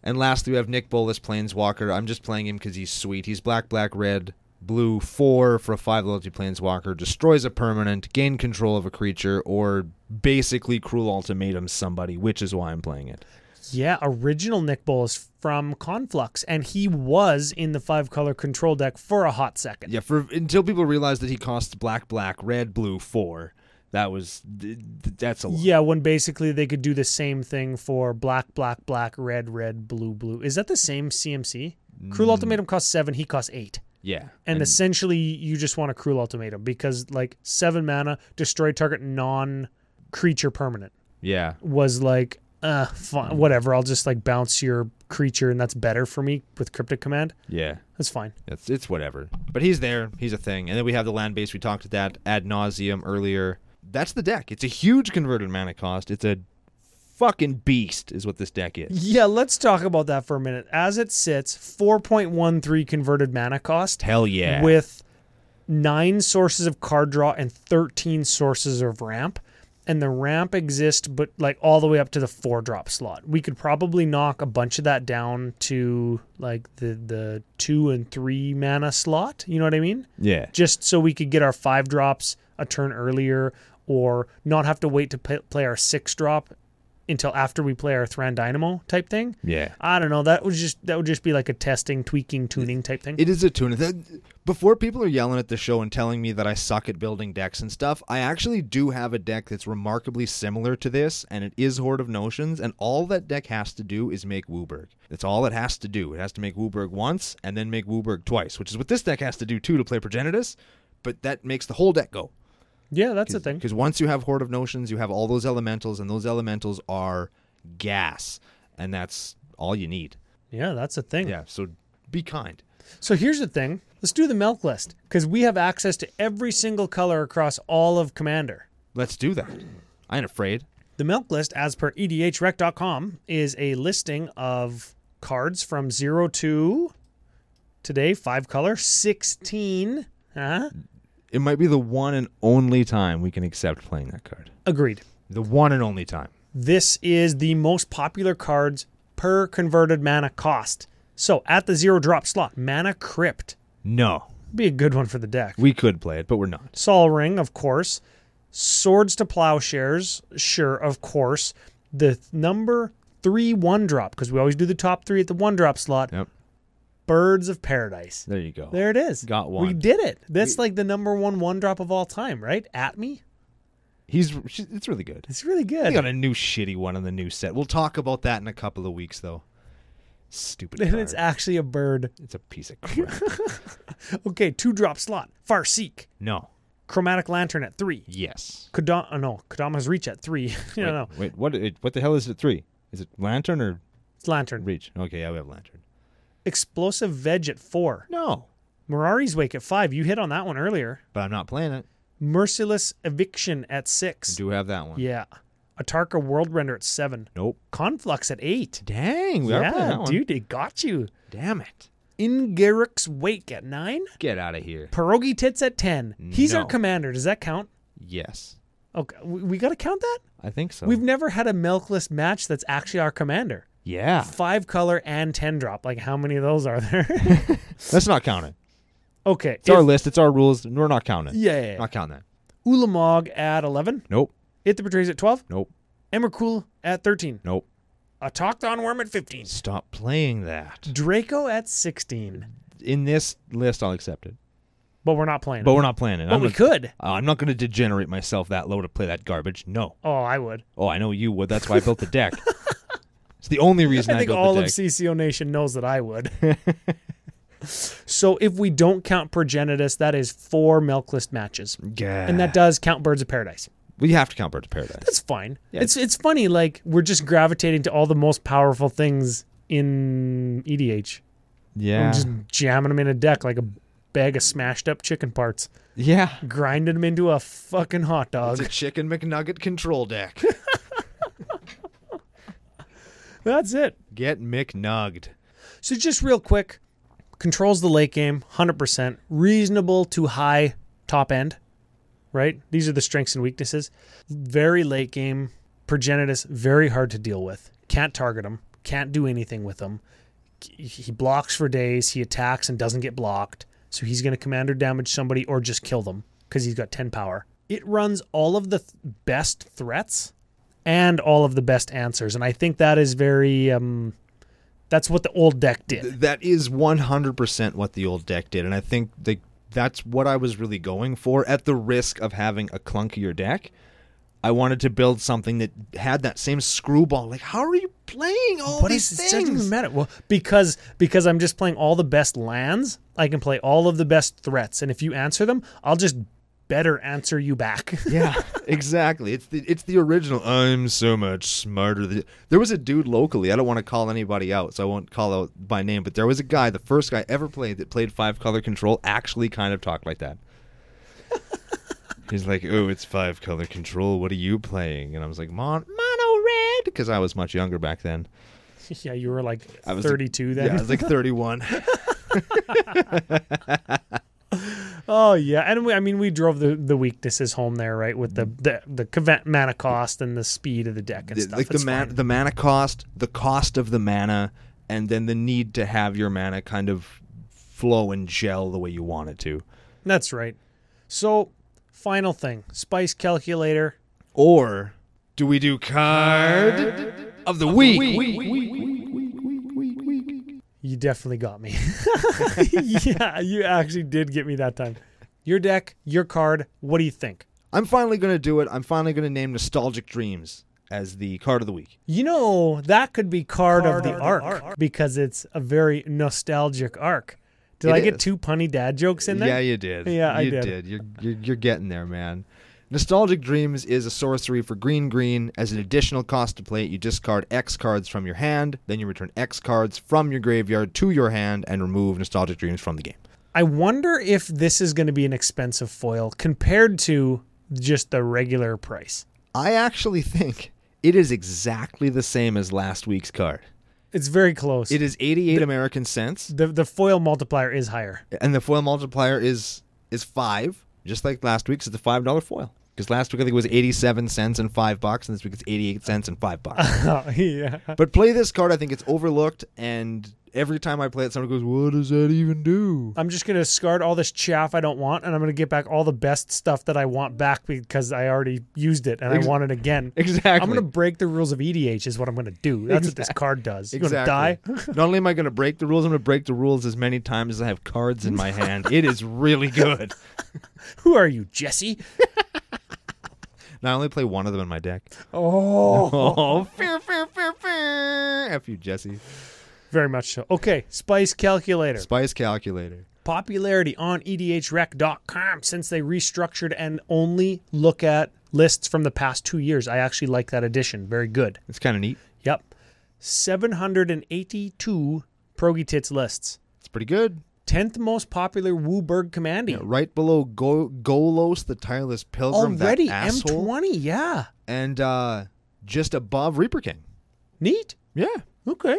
[SPEAKER 3] And lastly, we have Nick Bolas, Planeswalker. I'm just playing him because he's sweet. He's black, black, red, blue, four for a five loyalty Planeswalker. Destroys a permanent, gain control of a creature, or basically cruel ultimatum somebody, which is why I'm playing it.
[SPEAKER 2] Yeah, original Nick Bolas from Conflux, and he was in the five color control deck for a hot second.
[SPEAKER 3] Yeah, for until people realize that he costs black, black, red, blue, four. That was th- th- that's a lot.
[SPEAKER 2] Yeah, when basically they could do the same thing for black, black, black, red, red, blue, blue. Is that the same CMC? Cruel Ultimatum costs seven, he costs eight.
[SPEAKER 3] Yeah.
[SPEAKER 2] And, essentially, you just want a Cruel Ultimatum because, like, seven mana, destroy target non creature permanent
[SPEAKER 3] yeah.
[SPEAKER 2] was like, uh, fine, whatever. I'll just, like, bounce your creature, and that's better for me with Cryptic Command.
[SPEAKER 3] Yeah.
[SPEAKER 2] That's fine.
[SPEAKER 3] It's it's whatever. But he's there, he's a thing. And then we have the land base, we talked to that ad nauseum earlier. That's the deck. It's a huge converted mana cost. It's a fucking beast is what this deck is.
[SPEAKER 2] Yeah, let's talk about that for a minute. As it sits, 4.13 converted mana cost
[SPEAKER 3] Hell yeah.
[SPEAKER 2] with nine sources of card draw and 13 sources of ramp. And the ramp exists, but like all the way up to the four drop slot. We could probably knock a bunch of that down to like the, the two and three mana slot. You know what I mean?
[SPEAKER 3] yeah.
[SPEAKER 2] just so we could get our five drops a turn earlier or not have to wait to p- play our six drop until after we play our Thran Dynamo type thing.
[SPEAKER 3] Yeah.
[SPEAKER 2] I don't know. That would just that would just be like a testing, tweaking, tuning type thing.
[SPEAKER 3] It is a tune. That- Before people are yelling at the show and telling me that I suck at building decks and stuff, I actually do have a deck that's remarkably similar to this, and it is Horde of Notions. And all that deck has to do is make Wooburg. That's all it has to do. It has to make Wooburg once and then make Wooburg twice, which is what this deck has to do too to play Progenitus. But that makes the whole deck go.
[SPEAKER 2] yeah, that's the thing.
[SPEAKER 3] Because once you have Horde of Notions, you have all those elementals, and those elementals are gas, and that's all you need.
[SPEAKER 2] Yeah, that's the thing.
[SPEAKER 3] Yeah. So be kind.
[SPEAKER 2] So here's the thing. Let's do the milk list because we have access to every single color across all of Commander.
[SPEAKER 3] Let's do that. I ain't afraid.
[SPEAKER 2] The milk list, as per E edhrec.com, is a listing of cards from zero to today, five color, Uh-huh. 16. Huh?
[SPEAKER 3] It might be the one and only time we can accept playing that card.
[SPEAKER 2] Agreed.
[SPEAKER 3] The one and only time.
[SPEAKER 2] This is the most popular cards per converted mana cost. So at the zero drop slot, Mana Crypt.
[SPEAKER 3] No.
[SPEAKER 2] Be a good one for the deck.
[SPEAKER 3] We could play it, but we're not.
[SPEAKER 2] Sol Ring, of course. Swords to Plowshares, sure, of course. The th- number three one drop, because we always do the top three at the one drop slot.
[SPEAKER 3] Yep.
[SPEAKER 2] Birds of Paradise.
[SPEAKER 3] There you go.
[SPEAKER 2] There it is.
[SPEAKER 3] Got
[SPEAKER 2] We
[SPEAKER 3] one.
[SPEAKER 2] did it. That's like the number one one drop of all time, right? At me.
[SPEAKER 3] He's she's- it's really good.
[SPEAKER 2] It's really
[SPEAKER 3] They
[SPEAKER 2] good.
[SPEAKER 3] got a new shitty one on the new set. We'll talk about that in a couple of weeks though. Stupid.
[SPEAKER 2] And
[SPEAKER 3] card.
[SPEAKER 2] it's actually a bird.
[SPEAKER 3] It's a piece of crap.
[SPEAKER 2] Okay, two drop slot. Far Seek.
[SPEAKER 3] no.
[SPEAKER 2] Chromatic Lantern at three.
[SPEAKER 3] Yes.
[SPEAKER 2] Kodama, oh no, Kodama's Reach at three. no,
[SPEAKER 3] wait,
[SPEAKER 2] no,
[SPEAKER 3] Wait, what it, what the hell is it three? Is it lantern or
[SPEAKER 2] it's Lantern.
[SPEAKER 3] reach? Okay, yeah, we have lantern.
[SPEAKER 2] Explosive Veg at four.
[SPEAKER 3] No.
[SPEAKER 2] Mirari's Wake at five. You hit on that one earlier.
[SPEAKER 3] But I'm not playing it.
[SPEAKER 2] Merciless Eviction at
[SPEAKER 3] I
[SPEAKER 2] six.
[SPEAKER 3] do have that one.
[SPEAKER 2] Yeah. Atarka World Render at seven.
[SPEAKER 3] Nope.
[SPEAKER 2] Conflux at eight.
[SPEAKER 3] Dang, we are playing
[SPEAKER 2] yeah,
[SPEAKER 3] that one.
[SPEAKER 2] dude, it got you.
[SPEAKER 3] Damn it.
[SPEAKER 2] Ingeric's Wake at nine.
[SPEAKER 3] Get out of here.
[SPEAKER 2] Pierogi Tits at 10. He's our
[SPEAKER 3] No.
[SPEAKER 2] commander. Does that count?
[SPEAKER 3] Yes.
[SPEAKER 2] Okay, we, we got to count that?
[SPEAKER 3] I think so.
[SPEAKER 2] We've never had a milkless match that's actually our commander.
[SPEAKER 3] yeah.
[SPEAKER 2] Five color and 10 drop. Like, how many of those are there?
[SPEAKER 3] Let's not count it.
[SPEAKER 2] okay.
[SPEAKER 3] It's our list. It's our rules. We're not counting. it.
[SPEAKER 2] yeah. yeah, yeah.
[SPEAKER 3] Not counting that.
[SPEAKER 2] Ulamog at 11.
[SPEAKER 3] Nope.
[SPEAKER 2] It the Betrays at 12.
[SPEAKER 3] Nope.
[SPEAKER 2] Emmercool at 13.
[SPEAKER 3] Nope.
[SPEAKER 2] A Talked on Worm at 15.
[SPEAKER 3] Stop playing that.
[SPEAKER 2] Draco at 16.
[SPEAKER 3] In this list, I'll accept it.
[SPEAKER 2] But we're not playing.
[SPEAKER 3] But
[SPEAKER 2] it.
[SPEAKER 3] we're not playing it.
[SPEAKER 2] But
[SPEAKER 3] I'm,
[SPEAKER 2] we
[SPEAKER 3] gonna-
[SPEAKER 2] could.
[SPEAKER 3] Uh, I'm not going to degenerate myself that low to play that garbage. No.
[SPEAKER 2] Oh, I would.
[SPEAKER 3] Oh, I know you would. That's why I built the deck. it's the only reason I,
[SPEAKER 2] I think
[SPEAKER 3] built
[SPEAKER 2] all
[SPEAKER 3] the
[SPEAKER 2] of
[SPEAKER 3] deck.
[SPEAKER 2] CCO Nation knows that I would. so if we don't count Progenitus, that is four milk list matches.
[SPEAKER 3] yeah.
[SPEAKER 2] And that does count Birds of Paradise.
[SPEAKER 3] we have to count Bird to Paradise.
[SPEAKER 2] That's fine. It's it's funny, like we're just gravitating to all the most powerful things in EDH.
[SPEAKER 3] Yeah.
[SPEAKER 2] Just jamming them in a deck like a bag of smashed up chicken parts.
[SPEAKER 3] yeah.
[SPEAKER 2] Grinding them into a fucking hot
[SPEAKER 3] It's
[SPEAKER 2] dog.
[SPEAKER 3] a chicken McNugget control deck.
[SPEAKER 2] That's it.
[SPEAKER 3] Get McNugged.
[SPEAKER 2] So just real quick, controls the late game 100%, reasonable to high top end, right? These are the strengths and weaknesses. Very late game, Progenitus very hard to deal with. Can't target him, can't do anything with him. He blocks for days, he attacks and doesn't get blocked. So he's going to commander damage somebody or just kill them because he's got 10 power. It runs all of the th- best threats and all of the best answers. And I think that is very, um, that's what the old deck did.
[SPEAKER 3] that is 100% what the old deck did and i think they, that's what i was really going for at the risk of having a clunkier deck i wanted to build something that had that same screwball like how are you playing all
[SPEAKER 2] But
[SPEAKER 3] these
[SPEAKER 2] it's, it doesn't even
[SPEAKER 3] things
[SPEAKER 2] matter. Well, because because I'm just playing all the best lands, I can play all of the best threats, and if you answer them, I'll just better answer you back.
[SPEAKER 3] yeah exactly it's the it's the original i'm so much smarter than there was a dude locally i don't want to call anybody out so i won't call out by name but there was a guy the first guy ever played that played five color control actually kind of talked like that He's like, oh, it's five color control. What are you playing? And I was like, Mon- mono red, because I was much younger back then.
[SPEAKER 2] yeah, you were like
[SPEAKER 3] I was
[SPEAKER 2] 32 then.
[SPEAKER 3] Yeah, I was like 31.
[SPEAKER 2] oh yeah, and we, I mean we drove the, the weaknesses home there, right? With the the the conve- mana cost and the speed of the deck and
[SPEAKER 3] The-
[SPEAKER 2] stuff.
[SPEAKER 3] like the
[SPEAKER 2] It's
[SPEAKER 3] man,
[SPEAKER 2] fine.
[SPEAKER 3] the mana cost, the cost of the mana, and then the need to have your mana kind of flow and gel the way you want it to,
[SPEAKER 2] That's right. So final thing, spice calculator.
[SPEAKER 3] or do we do card of the week?
[SPEAKER 2] You definitely got me. yeah, you actually did get me that time. Your deck, your card. What do you think?
[SPEAKER 3] I'm finally gonna do it. I'm finally gonna name nostalgic dreams as the card of the week.
[SPEAKER 2] You know, that could be card, of the
[SPEAKER 1] of the
[SPEAKER 2] arc, because it's a very nostalgic arc. Did
[SPEAKER 3] It
[SPEAKER 2] I get
[SPEAKER 3] is.
[SPEAKER 2] two punny dad jokes in
[SPEAKER 3] Yeah,
[SPEAKER 2] there?
[SPEAKER 3] you did.
[SPEAKER 2] Yeah, I
[SPEAKER 3] you
[SPEAKER 2] did.
[SPEAKER 3] You're, you're you're getting there, man. Nostalgic Dreams is a sorcery for green green. As an additional cost to play it, you discard X cards from your hand, then you return X cards from your graveyard to your hand and remove Nostalgic Dreams from the game.
[SPEAKER 2] I wonder if this is going to be an expensive foil compared to just the regular price.
[SPEAKER 3] I actually think it is exactly the same as last week's card.
[SPEAKER 2] It's very close.
[SPEAKER 3] It is 88 American cents,
[SPEAKER 2] the the foil multiplier is higher.
[SPEAKER 3] and the foil multiplier is is five, just like last week's. It's a five dollar foil. Because last week I think it was 87 cents and five bucks, and this week it's 88 cents and five bucks.
[SPEAKER 2] Oh, yeah.
[SPEAKER 3] but play this card, I think it's overlooked, and every time I play it, someone goes, "What does that even do?"
[SPEAKER 2] I'm just gonna discard all this chaff I don't want, and I'm gonna get back all the best stuff that I want back because I already used it and
[SPEAKER 3] Ex-
[SPEAKER 2] I want it again.
[SPEAKER 3] Exactly.
[SPEAKER 2] I'm gonna break the rules of EDH is what I'm gonna do. That's what this card does. You're gonna die.
[SPEAKER 3] Not only am I going to break the rules, I'm going to break the rules as many times as I have cards in my hand. It is really good.
[SPEAKER 2] Who are you, Jesse?
[SPEAKER 3] And I only play one of them in my deck.
[SPEAKER 2] Oh,
[SPEAKER 3] Oh, fear, fear, fear, fear. F you, Jesse.
[SPEAKER 2] very much so. Okay, spice calculator.
[SPEAKER 3] Spice calculator.
[SPEAKER 2] popularity on E edhrec.com since they restructured and only look at lists from the past two years. I actually like that addition. Very good.
[SPEAKER 3] It's kind of neat.
[SPEAKER 2] Yep. 782 Progi Tits lists.
[SPEAKER 3] It's pretty good.
[SPEAKER 2] 10th most popular Wooberg Commandy.
[SPEAKER 3] Right below Go- Golos, the Tireless Pilgrim,
[SPEAKER 2] Already
[SPEAKER 3] that asshole,
[SPEAKER 2] M20. Yeah.
[SPEAKER 3] and uh, just above Reaper King.
[SPEAKER 2] Neat.
[SPEAKER 3] Yeah,
[SPEAKER 2] Okay.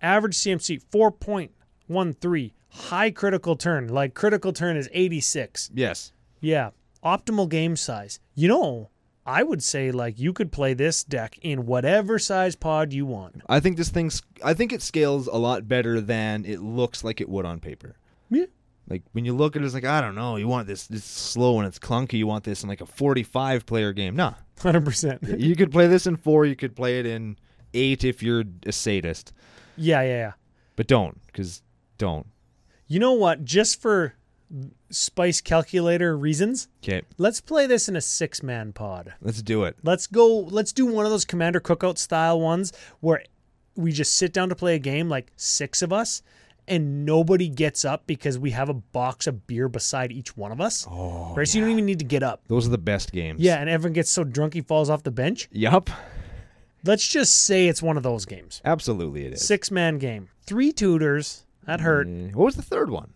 [SPEAKER 2] Average CMC 4.13. High critical turn. Like critical turn is 86.
[SPEAKER 3] yes.
[SPEAKER 2] Yeah. Optimal game size. You know, I would say like you could play this deck in whatever size pod you want.
[SPEAKER 3] I think this thing's. I think it scales a lot better than it looks like it would on paper.
[SPEAKER 2] Yeah.
[SPEAKER 3] Like when you look at it, it's like I don't know. You want this? It's slow and it's clunky. You want this in like a forty-five player game? Nah,
[SPEAKER 2] 100%.
[SPEAKER 3] you could play this in four. You could play it in eight if you're a sadist.
[SPEAKER 2] Yeah, yeah, yeah.
[SPEAKER 3] But don't, because don't.
[SPEAKER 2] You know what? Just for spice calculator reasons,
[SPEAKER 3] Okay,
[SPEAKER 2] let's play this in a six man pod.
[SPEAKER 3] let's do it.
[SPEAKER 2] Let's go. Let's do one of those commander cookout style ones where we just sit down to play a game, like six of us, and nobody gets up because we have a box of beer beside each one of us. Oh, right? So you don't even need to get up.
[SPEAKER 3] Those are the best games.
[SPEAKER 2] Yeah, and everyone gets so drunk he falls off the bench.
[SPEAKER 3] Yup.
[SPEAKER 2] Let's just say it's one of those games.
[SPEAKER 3] Absolutely, it is.
[SPEAKER 2] Six man game. Three tutors. That hurt.
[SPEAKER 3] Mm, What was the third one?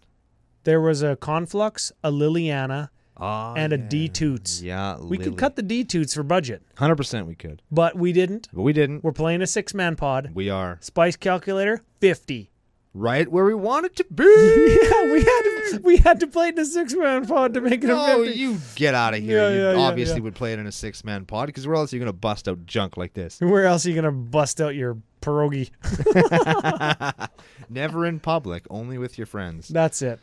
[SPEAKER 2] There was a Conflux, a Liliana,
[SPEAKER 3] Ah,
[SPEAKER 2] and a D Toots.
[SPEAKER 3] Yeah,
[SPEAKER 2] Uh, we could cut the D Toots for budget,
[SPEAKER 3] Hundred percent, we could,
[SPEAKER 2] but we didn't.
[SPEAKER 3] but we didn't.
[SPEAKER 2] We're playing a six man pod.
[SPEAKER 3] We are
[SPEAKER 2] Spice calculator, 50.
[SPEAKER 3] right where we want it to be.
[SPEAKER 2] Yeah, we had to, we had to play it in a six man pod to make it
[SPEAKER 3] No,
[SPEAKER 2] a 50.
[SPEAKER 3] you get out of here.
[SPEAKER 2] Yeah,
[SPEAKER 3] you
[SPEAKER 2] yeah, yeah,
[SPEAKER 3] obviously
[SPEAKER 2] yeah.
[SPEAKER 3] would play it in a six-man pod because where else are you going to bust out junk like this?
[SPEAKER 2] Where else are you going to bust out your pierogi?
[SPEAKER 3] Never in public, only with your friends.
[SPEAKER 2] That's it.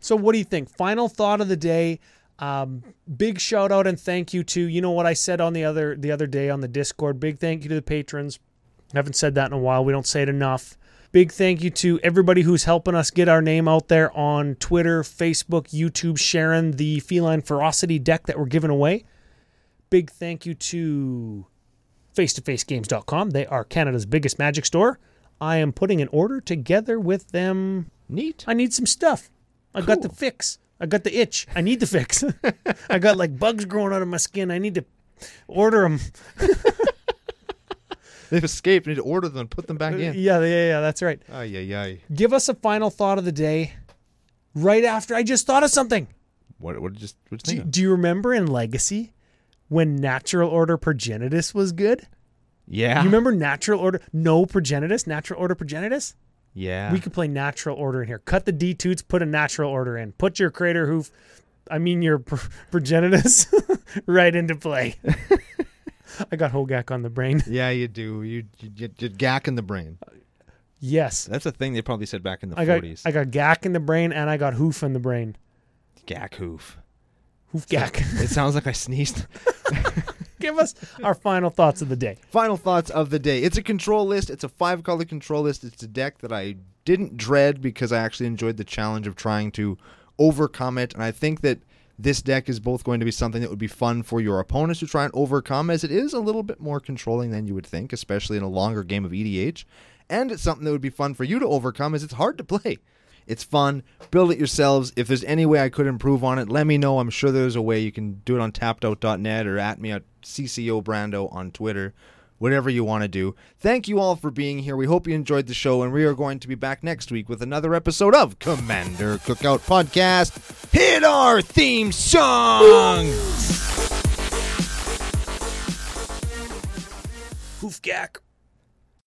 [SPEAKER 2] So, what do you think? Final thought of the day. Um, big shout out and thank you to you know what I said on the other the other day on the Discord. Big thank you to the patrons. haven't said that in a while. We don't say it enough. Big thank you to everybody who's helping us get our name out there on Twitter, Facebook, YouTube, sharing the feline ferocity deck that we're giving away. Big thank you to face2facegames.com. They are Canada's biggest magic store. I am putting an order together with them
[SPEAKER 3] Neat.
[SPEAKER 2] I need some stuff. I got the fix. I got the itch. I need the fix. I got like bugs growing out of my skin. I need to order them.
[SPEAKER 3] They've escaped. Need to order them, put them back in.
[SPEAKER 2] Uh, yeah, yeah, yeah. That's right.
[SPEAKER 3] Ay, ay, ay.
[SPEAKER 2] Give us a final thought of the day. Right after I just thought of something.
[SPEAKER 3] What? What? Just what?
[SPEAKER 2] Do, do you remember in Legacy when Natural Order Progenitus was good?
[SPEAKER 3] Yeah.
[SPEAKER 2] You remember Natural Order? No Progenitus. Natural Order Progenitus.
[SPEAKER 3] yeah.
[SPEAKER 2] We could play Natural Order in here. Cut the D toots. Put a Natural Order in. Put your Crater Hoof. I mean your pr- Progenitus right into play. I got Hogak on the brain.
[SPEAKER 3] yeah, you do. You you, you you gack in the brain.
[SPEAKER 2] Yes.
[SPEAKER 3] That's a thing they probably said back in the
[SPEAKER 2] Uh, I got
[SPEAKER 3] 40s.
[SPEAKER 2] I got Gak in the brain and I got Hoof in the brain.
[SPEAKER 3] gack hoof.
[SPEAKER 2] Hoof Gak.
[SPEAKER 3] It sounds like I sneezed.
[SPEAKER 2] Give us our final thoughts of the day.
[SPEAKER 3] Final thoughts of the day. It's a control list. It's a five color control list. It's a deck that I didn't dread because I actually enjoyed the challenge of trying to overcome it. And I think that this deck is both going to be something that would be fun for your opponents to try and overcome, as it is a little bit more controlling than you would think, especially in a longer game of EDH. And it's something that would be fun for you to overcome, as it's hard to play. It's fun. Build it yourselves. If there's any way I could improve on it, let me know. I'm sure there's a way. You can do it on tappedout.net or at me at CCO Brando on Twitter. Whatever you want to do. Thank you all for being here. We hope you enjoyed the show, and we are going to be back next week with another episode of Commander Cookout Podcast. Hit our theme song!
[SPEAKER 2] Hoof Gak.